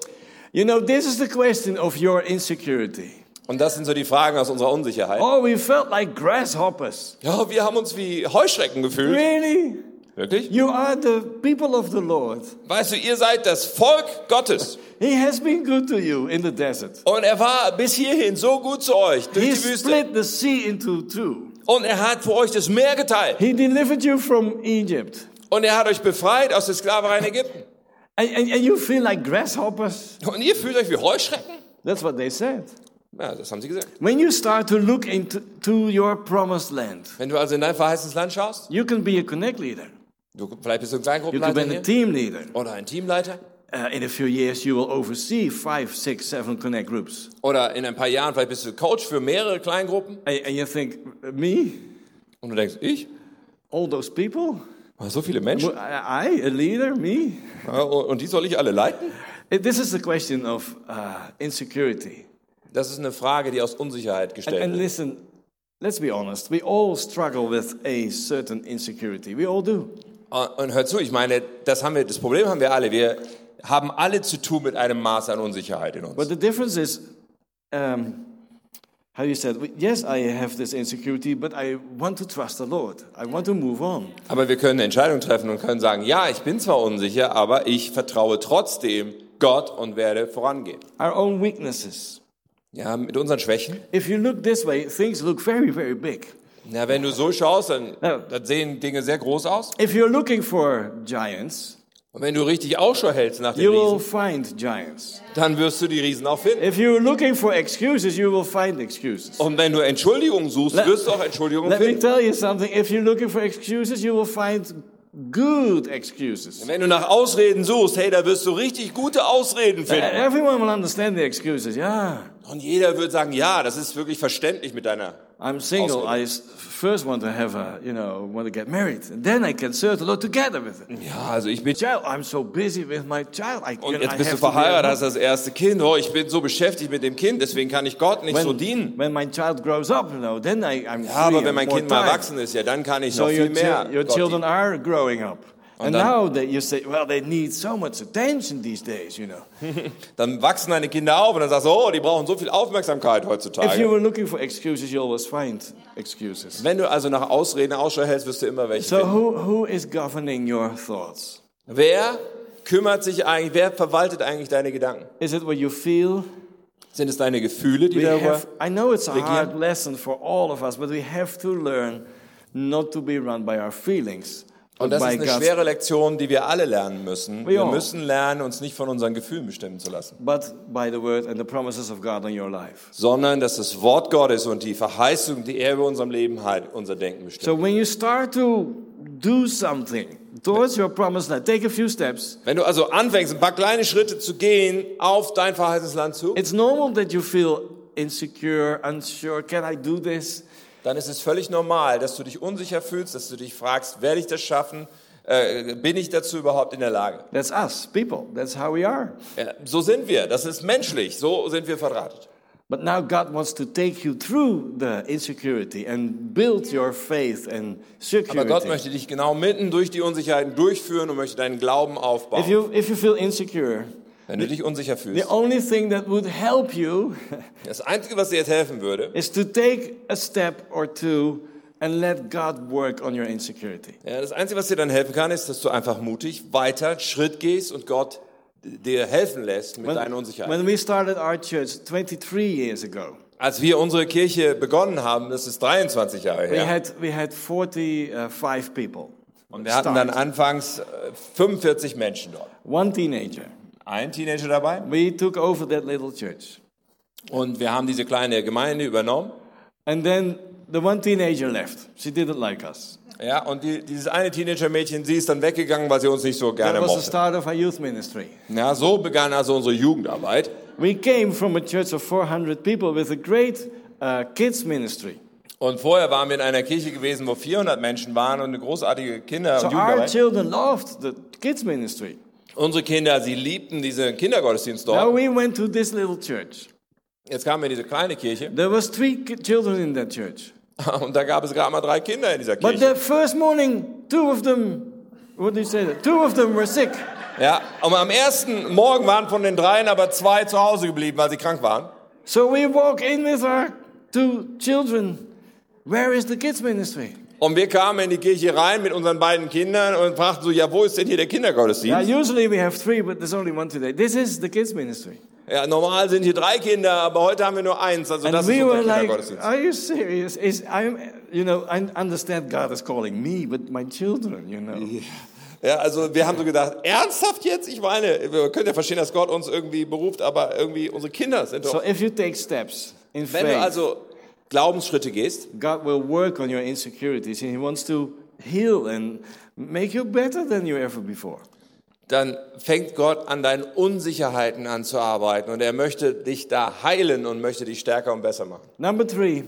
You know, this is the question of your insecurity.
Und das sind so die Fragen aus unserer Unsicherheit.
Oh, we felt like grasshoppers.
Ja, wir haben uns wie Heuschrecken gefühlt.
Really?
Wirklich?
You are the people of the Lord.
Weißt du, ihr seid das Volk Gottes.
He has been good to you in the desert.
Und er war bis hierhin so gut zu euch durch
He
die Wüste.
split the sea into two.
Und er hat für euch das Meer geteilt.
He delivered you from Egypt.
Und er hat euch befreit aus der Sklaverei in Ägypten.
And, and, and you feel like grasshoppers.
Und ihr fühlt euch wie Heuschrecken?
That's what they said.
Ja, das haben sie gesagt.
When you start to look into to your promised land,
Wenn du also in dein verheißenes Land schaust,
you can be a connect leader.
du, vielleicht bist du ein
You can
Kleingruppenleiter
be a
hier
team leader.
oder ein Teamleiter
Uh, in a few years, you will oversee five, six, seven connect groups.
oder in ein paar Jahren vielleicht bist du Coach für mehrere Kleingruppen
And, and you think, me,
und du denkst, ich?
all those people,
So viele Menschen?
Well, I, I, a leader, me.
Ja, Und die soll ich alle leiten?
Uh, This is the question of uh, insecurity.
Das ist eine Frage, die aus Unsicherheit
And
gestellt wird.
listen, let's be honest. We all struggle with a certain insecurity. We all do.
Ah, Und hör zu, ich meine, das, haben wir, das Problem haben wir alle. Wir haben alle zu tun mit einem Maß an Unsicherheit in uns.
But the difference is, um, how you said, we- yes, I have this insecurity, but I want to trust the Lord. I want to move on.
Aber wir können eine Entscheidung treffen und können sagen, ja, ich bin zwar unsicher, aber ich vertraue trotzdem Gott und werde vorangehen.
Our own weaknesses.
Ja, mit unseren Schwächen.
If you look this way, things look very, very big.
Na, wenn du so schaust, dann, dann sehen Dinge sehr groß aus.
If you're looking for giants,
Und wenn du richtig Ausschau hältst nach den
you
Riesen,
will find giants.
dann wirst du die Riesen auch finden.
If you're looking for excuses, you will find excuses.
Und wenn du Entschuldigungen suchst,
Let-
wirst du auch Entschuldigungen
Let me
finden.
tell you something. If you're looking for excuses, you will find good excuses.
Wenn du nach Ausreden suchst, hey, da wirst du richtig gute Ausreden finden.
Everyone will understand the excuses. Yeah,
Und jeder wird sagen, ja, das ist wirklich verständlich mit deiner.
I'm single. I s- first want to have a, you know, want to get married, and then I can serve the Lord together with it.
Ja, also ich bin.
Child, I'm so busy with my child. I, you
Und
know, I
jetzt bist du
have to be
verheiratet,
alone.
hast das erste Kind. Oh, ich bin so beschäftigt mit dem Kind, deswegen kann ich Gott nicht so
when,
dienen.
when my child grows up, you know, then I, I'm
Ja,
free
aber
and
wenn mein
more
Kind mal
time.
erwachsen ist, ja, dann kann ich
So
noch viel
your,
mehr.
chil- your
Gott
children
dienen.
are growing up. And
dann-
now that you say, well, they need so much attention these days, you know.
Dann wachsen deine Kinder auf und dann sagst du, oh, die brauchen so viel Aufmerksamkeit
If you
heutzutage.
were looking for excuses, you always find excuses.
Wenn du also nach Ausreden Ausschau hältst, wirst du immer welche
So
finden.
who, who is governing your thoughts?
Wer kümmert sich eigentlich, wer verwaltet eigentlich deine Gedanken?
Is it what you feel?
Sind es deine Gefühle, die
We
darüber...
have, I know it's a
Regieren.
hard lesson for all of us, but we have to learn not to be run by our feelings,
Und
but
Oh, das
by
ist eine
God's.
schwere Lektion, die wir alle lernen müssen.
Ja.
Wir müssen lernen, uns nicht von unseren Gefühlen bestimmen zu lassen,
But by the word and the promises of God on your life.
sondern dass das Wort Gottes und die Verheißung, die er über unserem Leben hat, unser Denken bestimmt.
So when you start to do something towards your promised land, take a few steps.
Wenn du also anfängst, ein paar kleine Schritte zu gehen auf dein verheißenes Land zu,
It's normal that you feel insecure, unsure. Can I do this?
dann ist es völlig normal, dass du dich unsicher fühlst, dass du dich fragst, werde ich das schaffen? Äh, bin ich dazu überhaupt in der Lage?
That's us, people. That's how we are.
Ja, so sind wir. Das ist menschlich. So sind wir verdrahtet.
But now God wants to take you through the insecurity and build your faith and
Aber Gott
security.
möchte dich genau mitten durch die Unsicherheiten durchführen und möchte deinen Glauben
If
aufbauen.
you, if you feel insecure,
Wenn du dich unsicher
the
fühlst,
only thing that would help you
das Einzige, was dir jetzt helfen würde,
is to take a step or two and let God work on your insecurity.
ja, das Einzige, was dir dann helfen kann, ist, dass du einfach mutig weiter einen Schritt gehst und Gott dir helfen lässt mit deinen Unsicherheiten.
when we started our church 23 years ago,
Als wir unsere Kirche begonnen haben, das ist 23 Jahre
we,
her,
had, we had 45 people.
und wir hatten dann anfangs äh, 45 Menschen dort.
One teenager.
Ein Teenager dabei.
We took over that little church.
Und wir haben diese kleine Gemeinde übernommen.
And then the one teenager left. She didn't like us.
Ja, und die, dieses eine Teenager-Mädchen, sie ist dann weggegangen, weil sie uns nicht so gerne
That was the
mochte.
start of our youth ministry.
Ja, so begann also unsere Jugendarbeit.
We came from a church of 400 people with a great uh, kids ministry.
Und vorher waren wir in einer Kirche gewesen, wo 400 Menschen waren und eine großartige Kinder-
So
und
our
Jugendarbeit.
children loved the kids ministry.
Unsere Kinder, sie liebten diese Kindergottesdienst
Now
dort.
we went to this little church.
Jetzt kamen wir in diese kleine Kirche
There was three ki- children in that church.
und da gab es gerade mal drei Kinder in dieser
But
Kirche.
the first morning, two of them, what do you say? That? Two of them were sick.
Ja, und am ersten Morgen waren von den dreien aber zwei zu Hause geblieben, weil sie krank waren.
So we walk in with our two children. Where is the kids ministry?
Und wir kamen in die Kirche rein mit unseren beiden Kindern und fragten so, ja, wo ist denn hier der
Yeah,
Kindergottesdienst?
usually we have three, but there's only one today. This is the kids ministry.
Ja, normal sind hier drei Kinder, aber heute haben wir nur eins. Also
And
das
we
ist
were
unser
like,
Kindergottesdienst.
"Are you serious? Is I'm, you know, I understand God is calling me, but my children, you know."
ja, also wir haben so gedacht, ernsthaft jetzt? Ich meine, wir können ja verstehen, dass Gott uns irgendwie beruft, aber irgendwie unsere Kinder sind doch...
So if you take steps, in
Wenn du
faith,
also Glaubensschritte gehst,
God will work on your insecurities and He wants to heal and make you better than you ever before.
dann fängt Gott an deinen Unsicherheiten an zu arbeiten und er möchte dich da heilen und möchte dich stärker und besser machen.
Number three,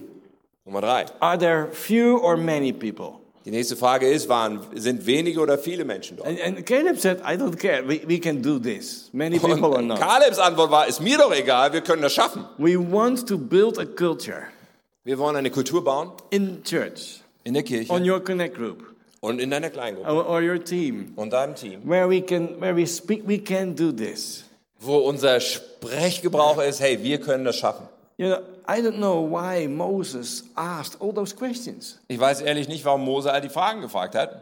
Nummer drei.
are there few or many people?
Die nächste Frage ist, waren, sind wenige oder viele Menschen dort?
And, and Caleb said, I don't care, we, we can do this, many people or
Und
not.
äh, Kalebs Antwort war, ist mir doch egal, wir können das schaffen.
We want to build a culture
Wir wollen eine Kultur bauen
in church,
in der Kirche
on your connect group
und in deiner Kleingruppe
or, or your team,
und deinem Team,
where we can, where we speak, we can do this.
wo unser Sprechgebrauch ist, hey, wir können das schaffen.
You know, I don't know why Moses asked all those questions.
Ich weiß ehrlich nicht, warum Mose all die Fragen gefragt hat.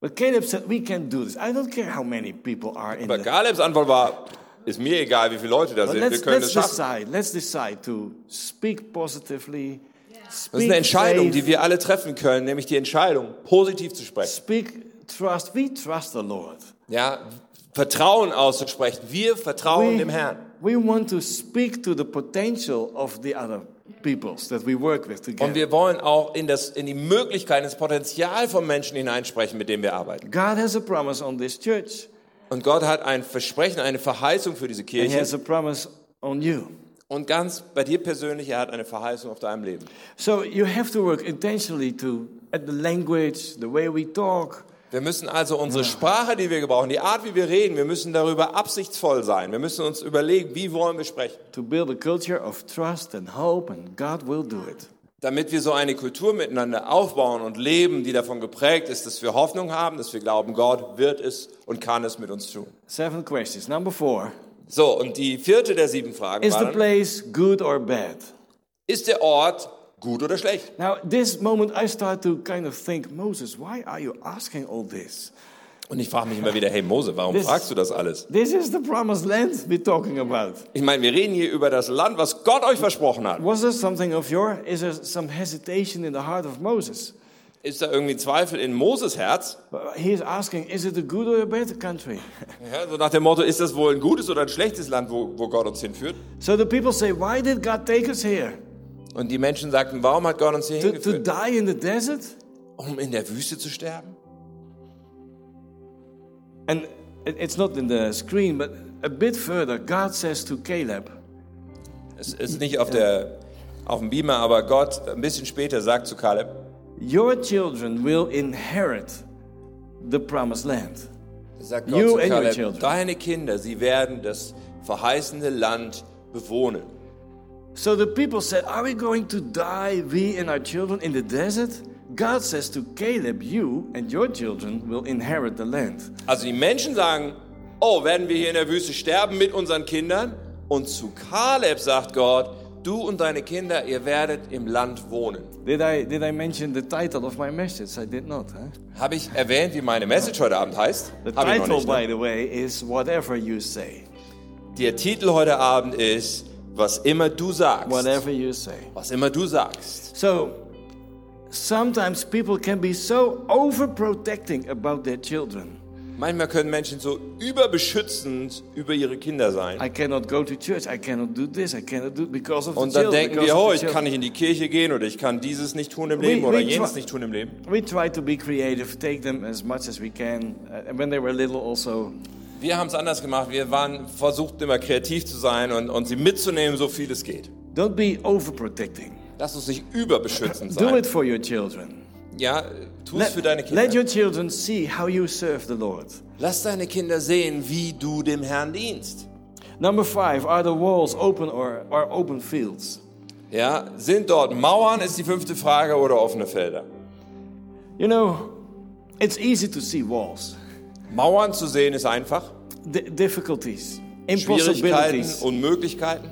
But Caleb said, We can do this. I don't care how many people are in
Aber
the.
Kalebs Antwort war, ist mir egal, wie viele Leute da
But
sind, wir
let's,
können
let's
das schaffen.
decide. Let's decide to speak positively.
Das ist eine
Speak,
Entscheidung,
faith,
die wir alle treffen können, nämlich die Entscheidung, positiv zu sprechen.
speak trust. We trust the Lord.
Ja, Vertrauen auszusprechen. Wir vertrauen
We-
dem Herrn.
we want to speak to the potential of the other peoples that we work with
Und
together.
wir wollen auch in, das, in die Möglichkeiten, das Potenzial von Menschen hineinsprechen, mit dem wir arbeiten.
God has a promise on this church.
Und Gott hat ein Versprechen, eine Verheißung für diese
He
Kirche.
has a promise on you.
Und ganz bei dir persönlich, er hat eine Verheißung auf deinem Leben.
So you have to work intentionally to at the language, the way we talk.
Wir müssen also unsere Sprache, die wir gebrauchen, die Art, wie wir reden, wir müssen darüber absichtsvoll sein. Wir müssen uns überlegen, wie wollen wir sprechen,
to build a culture of trust and hope, and God will do it.
damit wir so eine Kultur miteinander aufbauen und leben, die davon geprägt ist, dass wir Hoffnung haben, dass wir glauben, Gott wird es und kann es mit uns tun.
Seven questions. Number four
So, und die vierte der sieben Fragen
Is
war
the
dann,
place good or bad?
ist der Ort gut oder schlecht?
Now, this moment, I start to kind of think, Moses, why are you asking all this?
Und ich frage mich immer wieder, hey Mose, warum
Das-
fragst du das alles?
This is the promised land we're talking about.
Ich meine, wir reden hier über das Land, was Gott euch versprochen hat.
Was there something of your, is there some hesitation in the heart of Moses?
Ist da irgendwie Zweifel in Moses Herz?
Uh, He is asking, is it a good or a bad country?
Ja, so nach dem Motto, ist das wohl ein gutes oder ein schlechtes Land, wo, wo Gott uns hinführt?
so the people say, why did God take us here?
Und die Menschen sagten, warum hat Gott uns hier
To, to
hingeführt?
die in the desert?
Um in der Wüste zu sterben?
And it- it's not in the screen, but a bit further, God says to Caleb,
Es ist nicht auf, der, auf dem Beamer, aber Gott ein bisschen später sagt zu Kaleb,
Your children will inherit the promised land.
sagt
You
Gott zu
and your
Kaleb,
children.
deine Kinder, sie werden das verheißene Land bewohnen.
So the people said, Are we going to die, we and our children, in the desert? God says to Caleb, You and your children will inherit the land.
Also die Menschen sagen, oh, werden wir hier in der Wüste sterben mit unseren Kindern? Und zu Kaleb sagt Gott, du und deine Kinder, ihr werdet im Land wohnen.
Did I, did I mention the title of my message? I did not. Huh?
Habe ich erwähnt, wie meine Message heute Abend heißt?
The
Hab ich noch
title,
nicht, ne?
by the way, is Whatever You Say.
Der Titel heute Abend ist, was immer du sagst.
Whatever You Say.
Was immer du sagst.
So sometimes people can be so overprotecting about their children.
Manchmal können Menschen so überbeschützend über ihre Kinder sein.
I cannot go to church. I cannot do this. I cannot do because of the
Und dann
children.
denken
because
wir,
of
oh,
the
ich kann
children.
nicht in die Kirche gehen oder ich kann dieses nicht tun im Leben
We-
oder
we
jenes
try-
nicht tun im Leben.
We try to be creative, take them as much as we can. Uh, and when they were little, also.
Wir haben es anders gemacht. Wir waren versucht immer kreativ zu sein und, und sie mitzunehmen, so viel es geht.
Don't be overprotecting.
Lass uns nicht überbeschützend
Do
sein.
it for your children.
Ja, tu es für deine
let
Kinder.
your children see how you serve the Lord.
Lass deine Kinder sehen, wie du dem Herrn dienst.
Number five: Are the walls open or are open fields?
Ja, sind dort Mauern, ist die fünfte Frage, oder offene Felder?
You know, it's easy to see walls,
Mauern zu sehen ist einfach.
D- difficulties,
Schwierigkeiten
impossibilities.
und Möglichkeiten.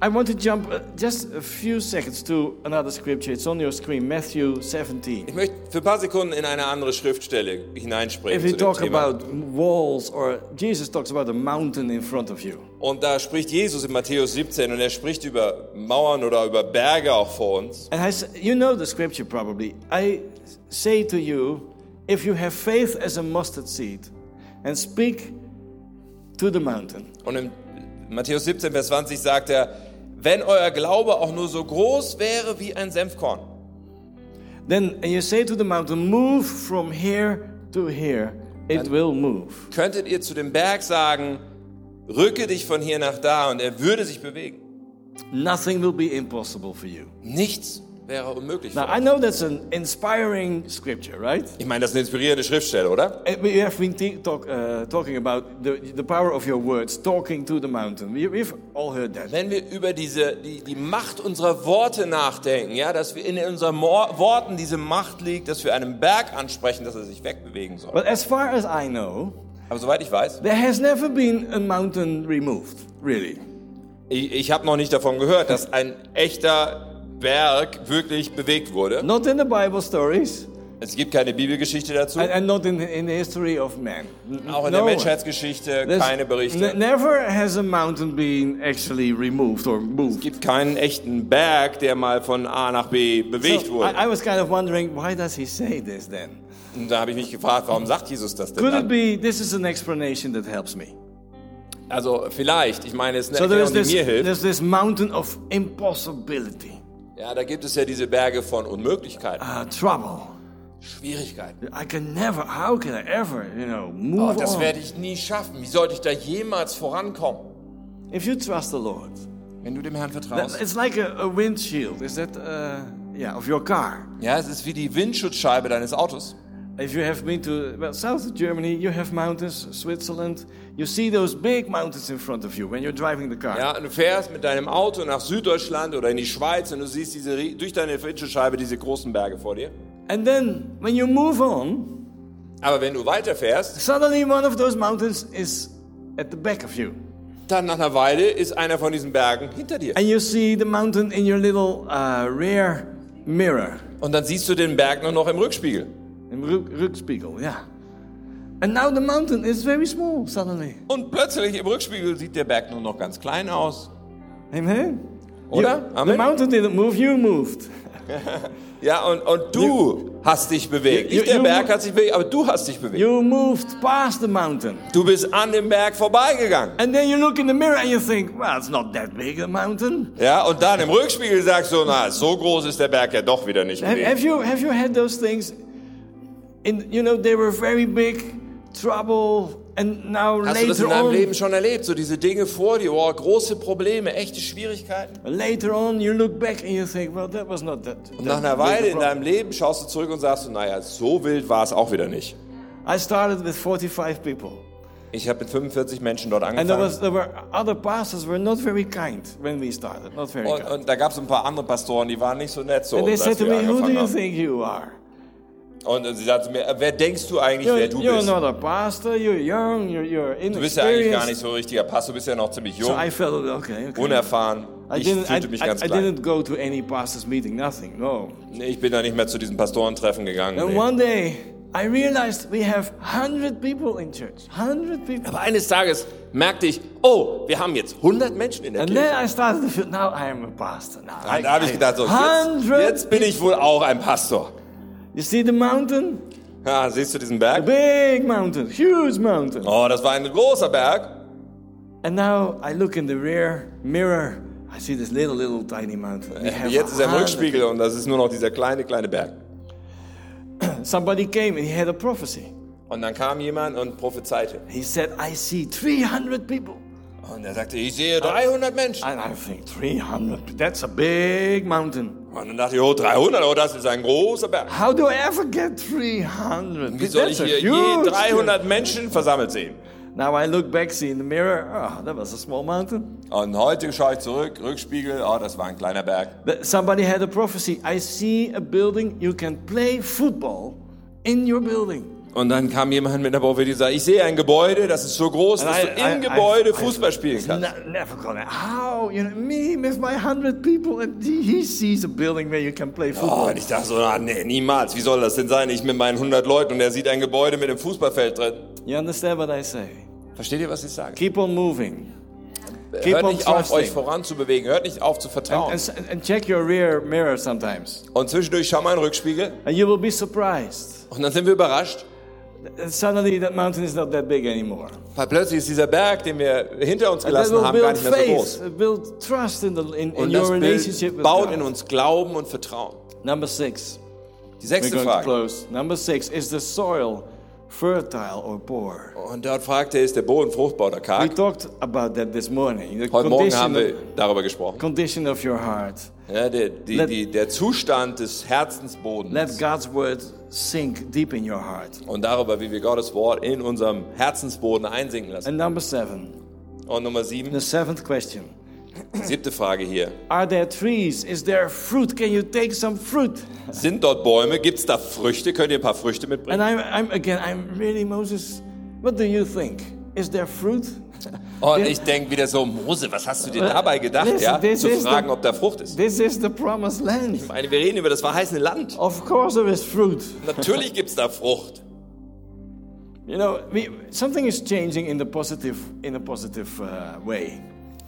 I want to jump uh, just a few seconds to another scripture. It's on your screen, Matthew 17.
Ich möchte für ein paar Sekunden in eine andere Schriftstelle hineinsprechen
If you
zu dem
talk
Thema.
about walls, or Jesus talks about a mountain in front of you.
Und da spricht Jesus in Matthäus 17 und er spricht über Mauern oder über Berge auch vor uns.
And I s you know the scripture probably. I say to you, if you have faith as a mustard seed and speak to the mountain,
Und in Matthäus 17, Vers 20 sagt er, wenn euer Glaube auch nur so groß wäre wie ein Senfkorn.
Then and you say to the mountain, Move from here to here, it will move.
Könntet ihr zu dem Berg sagen, rücke dich von hier nach da und er würde sich bewegen.
Nothing will be impossible for you.
Nichts wäre unmöglich.
Now,
Für
I know that's an inspiring scripture, right?
ich meine, das ist eine inspirierende Schriftstelle, oder?
And Eh, We have been te- talk, uh, talking about the, the power of your words, talking to the mountain. We, we've all heard that.
Wenn wir über diese, die, die Macht unserer Worte nachdenken, ja, dass wir in unseren Mo Worten diese Macht liegt, dass wir einen Berg ansprechen, dass er sich wegbewegen soll.
But as far as I know,
Aber soweit ich weiß,
there has never been a mountain removed, really.
ich, ich habe noch nicht davon gehört, dass ein echter Berg wirklich bewegt wurde.
Not in the Bible stories
Es gibt keine Bibelgeschichte dazu,
and, and not in, in the history of man.
auch in der
No.
Menschheitsgeschichte
There's
keine Berichte.
ne- never has a mountain been actually removed or moved.
gibt keinen echten Berg, der mal von A nach B bewegt
So I,
wurde.
I was kind of wondering, why does he say this then?
Und da habe ich mich gefragt, warum sagt Jesus das denn
Could it
dann?
be this is an explanation that helps me?
Also vielleicht, ich meine, es ist
So
eine
there's
Erklärung,
this,
die mir hilft.
there's this mountain of impossibility,
Ja, da gibt es ja diese Berge von Unmöglichkeiten,
uh, trouble.
Schwierigkeiten.
I can never, how can I ever, you know,
Oh,
move
das
on?
werde ich nie schaffen. Wie sollte ich da jemals vorankommen?
If you trust the Lord,
Wenn du dem Herrn
that-
vertraust.
it's like a, a windshield. Is that, uh, yeah, of your car?
Ja, es ist wie die Windschutzscheibe deines Autos.
If you have been to well, south of Germany, you have mountains, Switzerland. You see those big mountains in front of you when you're driving the car.
Ja, und du fährst mit deinem Auto nach Süddeutschland oder in die Schweiz und du siehst diese, rie- durch deine Windschutzscheibe diese großen Berge vor dir.
And then when you move on,
Aber wenn du weiterfährst,
suddenly one of those mountains is at the back of you.
dann nach einer Weile ist einer von diesen Bergen hinter dir.
And you see the mountain in your little uh, rear mirror.
Und dann siehst du den Berg nur noch im Rückspiegel.
Im Rück- Rückspiegel, yeah. And now the mountain is very small suddenly.
Und plötzlich im Rückspiegel sieht der Berg nur noch ganz klein aus.
Amen?
Oder?
You- The
Amen.
mountain didn't move, you moved.
Ja, und, und du hast dich bewegt. Nicht der
You-
Berg hat sich bewegt, aber du hast dich bewegt.
You moved past the mountain.
Du bist an dem Berg vorbeigegangen.
And then you look in the mirror and you think, well, it's not that big a mountain.
Ja, und dann im Rückspiegel sagst du, na, so groß ist der Berg ja doch wieder nicht
Have,
gewesen.
have you have you had those things? In you know they were very big trouble, and now
Hast du das
later
in deinem
on,
Leben schon erlebt? So diese Dinge vor dir, oh, große Probleme, echte Schwierigkeiten.
later on you look back and you think, well, that was not that.
Und nach
that
einer
big a
Weile in
problem.
deinem Leben schaust du zurück und sagst du, naja, so wild war es auch wieder nicht.
I started with 45 people,
Ich habe mit 45 Menschen dort
and there
angefangen.
was there were other pastors were not very kind when we started, not very
Und,
kind.
und da gab es ein paar andere Pastoren, die waren nicht so nett zu
And they
uns,
said
als
to
wir
me, "Who do
angefangen
you
haben.
think you are?
Und sie sagten zu mir, "Äh, wer denkst du eigentlich,
You're,
wer du
you're
bist?
not a pastor. You're young. You're you're
Du bist ja eigentlich gar
inexperienced."
nicht so richtiger Pass, du bist ja noch ziemlich jung,
so I felt okay. okay.
unerfahren.
I
Ich
didn't, I,
fühlte mich
I-
ganz
I
klein.
didn't go to any pastor's meeting, nothing, no.
Nee, Ich bin da nicht mehr zu diesen Pastorentreffen gegangen.
And
Nee.
one day, I realized we have 100 people in church. 100 people.
Aber eines Tages merkte ich, oh, wir haben jetzt 100 Menschen in der
And
Kirche.
then I started to feel, now I am a pastor. Now
Und da habe ich gedacht, so, jetzt,
100
jetzt bin ich wohl auch ein Pastor.
You see the mountain?
Ja, siehst du diesen
A
Berg?
big mountain, huge mountain.
Oh, das war ein großer Berg.
And now I look in the rear mirror. I see this little, little tiny mountain. We have
Jetzt ist er im
100.
Rückspiegel und das ist nur noch dieser kleine, kleine Berg.
Somebody came and he had a prophecy.
Und dann kam jemand und prophezeite.
He said, I see 300 people.
Und er sagte, ich sehe
Ah.
300 Menschen.
And I think, 300? That's a big mountain.
Und dann dachte ich, oh, 300, oh, das ist ein großer Berg.
How do I ever get 300?
Wie soll ich
That's a
hier
huge
je 300 Menschen versammelt sehen?
deal. Now I look back, see in the mirror, oh, that was a small mountain.
Und heute schaue ich zurück, Rückspiegel, oh, das war ein kleiner Berg.
But somebody had a prophecy. I see a building, you can play football in your building.
Und dann kam jemand mit einer Prophetie und sagte, ich sehe ein Gebäude, das ist so groß, dass du im Gebäude Fußball spielen
it's
kannst.
ne- never gonna. How? You know, me with my 100 people, and he, he sees a building where you can play
Oh,
football.
und ich dachte so, ah, nee, niemals, wie soll das denn sein? Ich mit meinen 100 Leuten und er sieht ein Gebäude mit einem Fußballfeld drin.
Oh, You understand what I say?
Versteht ihr, was ich sage?
Keep on moving. Keep
Hört
on
nicht auf, euch
trusting.
voranzubewegen, hört nicht auf zu vertrauen.
And, and, and check your rear mirror sometimes.
Und zwischendurch schau mal in den Rückspiegel
And you will be surprised.
und dann sind wir überrascht.
suddenly that mountain is not that big anymore.
Weil plötzlich ist dieser Berg, den wir hinter uns
That
gelassen
will
haben, gar
build
nicht mehr so
faith,
groß.
uh, build trust in, the, in, in
Und
your
das
relationship
Bild
with
baut in
God.
uns Glauben und Vertrauen.
Number six,
Die
we're
sechste
going to
Frage.
close. Number six, is the soil fertile or poor?
Und dort fragt er, ist der Boden fruchtbar oder
We
karg?
talked about that this morning. The
Heute Morgen haben wir
condition,
darüber gesprochen.
condition of your heart.
Ja, der, die,
Let-
die, der Zustand des Herzensbodens.
Let God's word sink deep in your heart.
Und darüber, wie wir Gottes Wort in unserem Herzensboden einsinken lassen.
And number seven,
Und Nummer sieben,
the seventh question.
siebte Frage hier.
Are there trees? Is there fruit? Can you take some fruit?
Sind dort Bäume? Gibt es da Früchte? Könnt ihr ein paar Früchte
And
mitbringen?
I'm, I'm again, I'm really Moses. What do you think? Is there fruit?
Und Oh, ich denke wieder so, Mose, was hast du dir dabei gedacht,
Listen,
ja?
this
Zu
is the-
fragen, ob da Frucht ist.
This is the promised land.
Ich meine, wir reden über das verheißene Land.
Of course, there is fruit.
Natürlich gibt es da Frucht.
You know, we, something is changing in the positive, in a positive uh, way.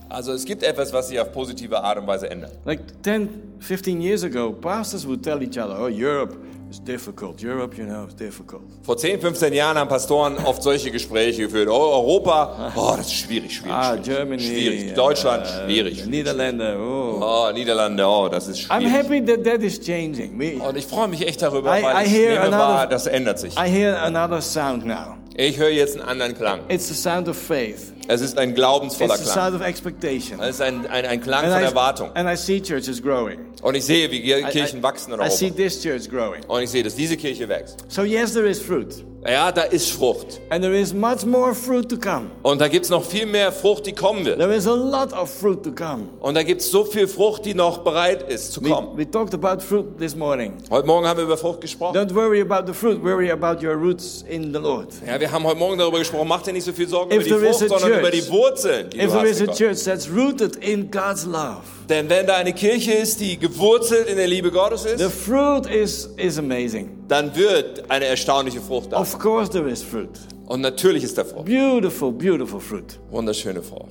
Also es gibt etwas, was sich auf positive Art und Weise ändert.
Like 10, 15 years ago, pastors would tell each other, "Oh, Europe is difficult. Europe, you know, is difficult."
Vor 10, 15 Jahren haben Pastoren oft solche Gespräche geführt. Oh, Europa, oh, das ist schwierig, schwierig,
Ah,
schwierig.
Germany, Äh,
schwierig. Deutschland, schwierig.
Nederlander. Oh.
Oh, Niederlande, oh, das ist
I'm
schwierig.
happy that that is changing. We,
Und ich freue mich echt darüber,
I-
weil
I
ich
hear
nehme
another-
wahr, das ändert sich.
I hear another sound now.
Ich höre jetzt einen anderen Klang.
It's the sound of faith.
Es ist ein
It's
glaubensvoller
the
Klang.
sound of expectation.
Es ist ein, ein, ein Klang
And
von
I-
Erwartung.
and I see churches growing.
Und ich sehe, wie Ge-
I-
Kirchen wachsen in
I see
Europa.
this church growing.
Und ich sehe, dass diese Kirche wächst.
So yes, there is fruit,
Ja, da ist Frucht.
and there is much more fruit to come.
Und da gibt's noch viel mehr Frucht, die kommen wird.
There is a lot of fruit to come.
Und da gibt's so viel Frucht, die noch bereit ist zu
We,
kommen.
we talked about fruit this morning.
Heute Morgen haben wir über Frucht gesprochen.
Don't worry about the fruit. Worry about your roots in the Lord.
Ja, wir haben heute Morgen darüber gesprochen. Mach dir nicht so viel Sorgen
If
über die
there is
Frucht,
a
sondern
church-
über die Wurzeln, die
If
du
there
hast.
is
in
a
Gott.
church that's rooted in God's love,
Denn wenn da eine Kirche ist, die gewurzelt in der Liebe Gottes
the
ist,
fruit is is amazing.
dann wird eine erstaunliche Frucht da.
Of course, there is fruit.
Und natürlich ist da Frucht.
Beautiful, beautiful fruit.
Wunderschöne Frucht.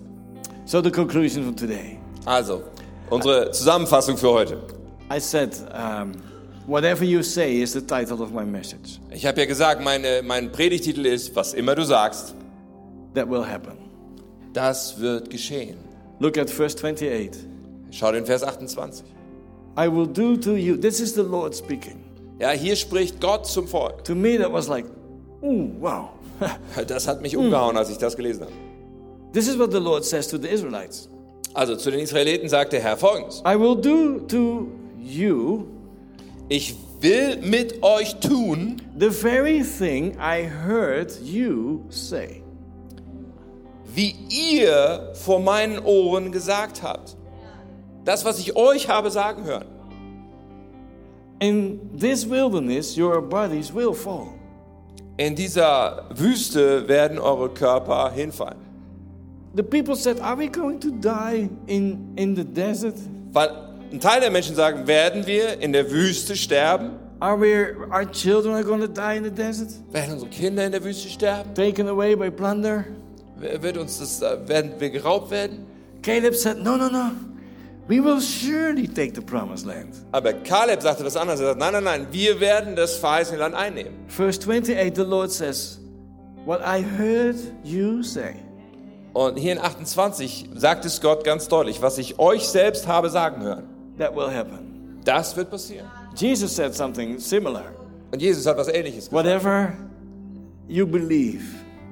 So the conclusion from today.
Also, unsere Zusammenfassung für heute.
I said, um, whatever you say is the title of my message.
Ich habe ja gesagt, meine, mein Predigtitel ist, was immer du sagst,
That will happen.
das wird geschehen.
Look at verse 28.
Schau den Vers 28.
I will do to you. This is the Lord speaking.
Ja, hier spricht Gott zum Volk.
To me, that was like, ooh, wow.
Halt, Das hat mich umgehauen, als ich das gelesen habe.
this is what the Lord says to the Israelites
Also zu den Israeliten sagt der Herr folgendes.
I will do to you
Ich will mit euch tun,
the very thing I heard you say.
wie ihr vor meinen Ohren gesagt habt. Das, was ich euch habe sagen hören.
In this wilderness, your bodies will fall.
In dieser Wüste werden eure Körper hinfallen.
The people said, Are we going to die in, in the desert?
Weil ein Teil der Menschen sagen, werden wir in der Wüste sterben?
Are we, our children are going to die in the desert?
Werden unsere Kinder in der Wüste sterben?
Taken away by plunder?
Wer- Wird uns das, äh, werden wir geraubt werden?
Caleb said, No, no, no. We will surely take the promised land.
Aber Kaleb sagte was anderes. Er sagt, nein, nein, nein, wir werden das verheißene Land einnehmen.
Verse 28, the Lord says, What I heard you say.
Und hier in 28 sagt es Gott ganz deutlich, was ich euch selbst habe sagen hören.
That will happen.
Das wird passieren.
Jesus said something similar.
Und Jesus hat was ähnliches gesagt.
Whatever you believe,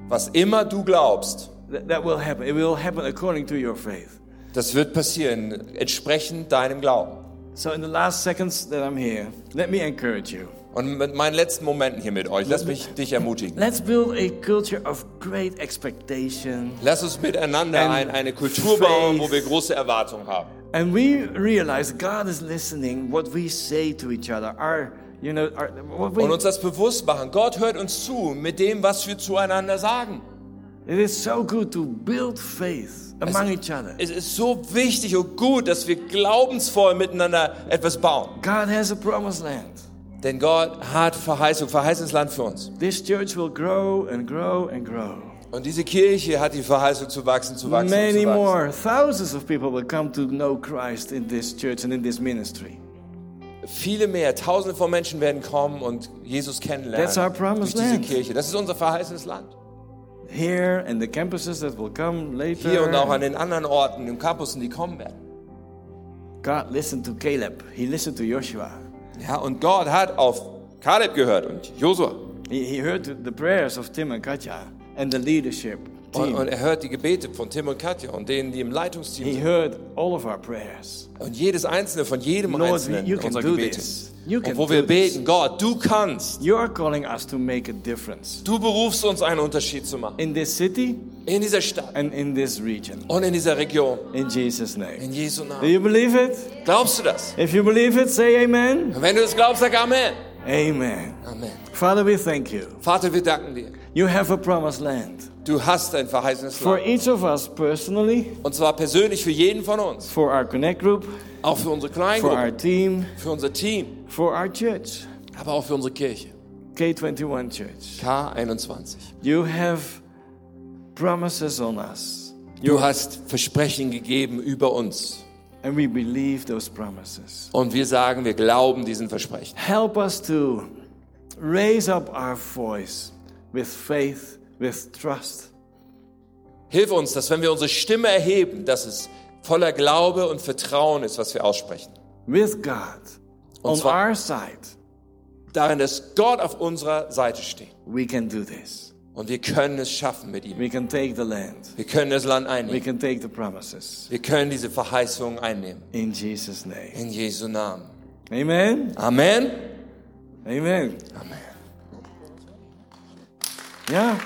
Was immer du glaubst,
that, that will happen. It will happen according to your faith.
das wird passieren, entsprechend deinem Glauben.
So, in the last seconds that I'm here, let me encourage you.
Und mit meinen letzten Momenten hier mit euch, lass mich dich ermutigen.
Let's build a culture of great expectation.
Lass uns miteinander
And
ein, eine Kultur bauen, wo
faith.
wir große Erwartungen haben.
And we realize God is listening what we say to each other. Our, you know, our, what we,
Und uns das bewusst machen. Gott hört uns zu mit dem, was wir zueinander sagen.
it is so good to build faith among each other.
Es ist so wichtig und gut, dass wir glaubensvoll miteinander etwas bauen.
God has a promised land.
Denn Gott hat Verheißung, verheißenes Land für uns.
This church will grow and grow and grow.
Und diese Kirche hat die Verheißung zu wachsen, zu wachsen, und
Many
zu wachsen.
more, thousands of people will come to know Christ in this church and in this ministry.
Viele mehr, tausende von Menschen werden kommen und Jesus kennenlernen.
That's our promised
durch diese
land.
Kirche. Das ist unser verheißenes Land.
Here and the campuses that will come later.
Hier und auch an den anderen Orten, im Campus, die kommen werden.
God listened to Caleb. He listened to Joshua.
Ja, und Gott hat auf Kaleb gehört und Josua.
He, he heard the prayers of Tim and Katja and the leadership
Und,
team.
und er hört die Gebete von Tim und Katja und denen, die im Leitungsteam
he
sind.
heard all of our prayers.
Und jedes einzelne von jedem
Lord,
einzelnen
you can
unserer
do
Gebete.
this. You
Und
can
wo
do
wir
this.
beten, Gott, du kannst.
You are calling us to make a difference
Du berufst uns, einen Unterschied zu machen.
in this city
In dieser Stadt
and in this region.
und in dieser Region.
In Jesus' name.
In Jesu
Do
Namen.
you believe it?
Glaubst du das?
If you believe it, say amen.
Und wenn du das glaubst, sag Amen.
Amen.
Amen.
Father, we thank you.
Vater, wir danken dir.
You have a promised land
Du hast ein verheißenes
for
Land.
each of us personally,
Und zwar persönlich für jeden von uns.
for our Connect group,
Auch für unsere
for our
Kleingruppe,
team,
für unser Team,
for our church,
aber auch für unsere Kirche.
K21 Church.
K21.
You have promises on us,
Du hast Versprechen gegeben über uns.
and we believe those promises.
Und wir sagen, wir glauben diesen Versprechen.
Help us to raise up our voice with faith, with trust,
Hilf uns, dass wenn wir unsere Stimme erheben, dass es voller Glaube und Vertrauen ist, was wir aussprechen.
with God on
zwar-
our side.
Darin, dass Gott auf unserer Seite steht.
We can do this.
Und wir können es schaffen mit ihm.
We can take the land.
Wir können das Land
We
einnehmen.
can take the promises.
Wir können diese Verheißungen einnehmen.
In Jesus' name.
In Jesu Namen.
Amen.
Amen.
Amen.
Amen.
Yeah.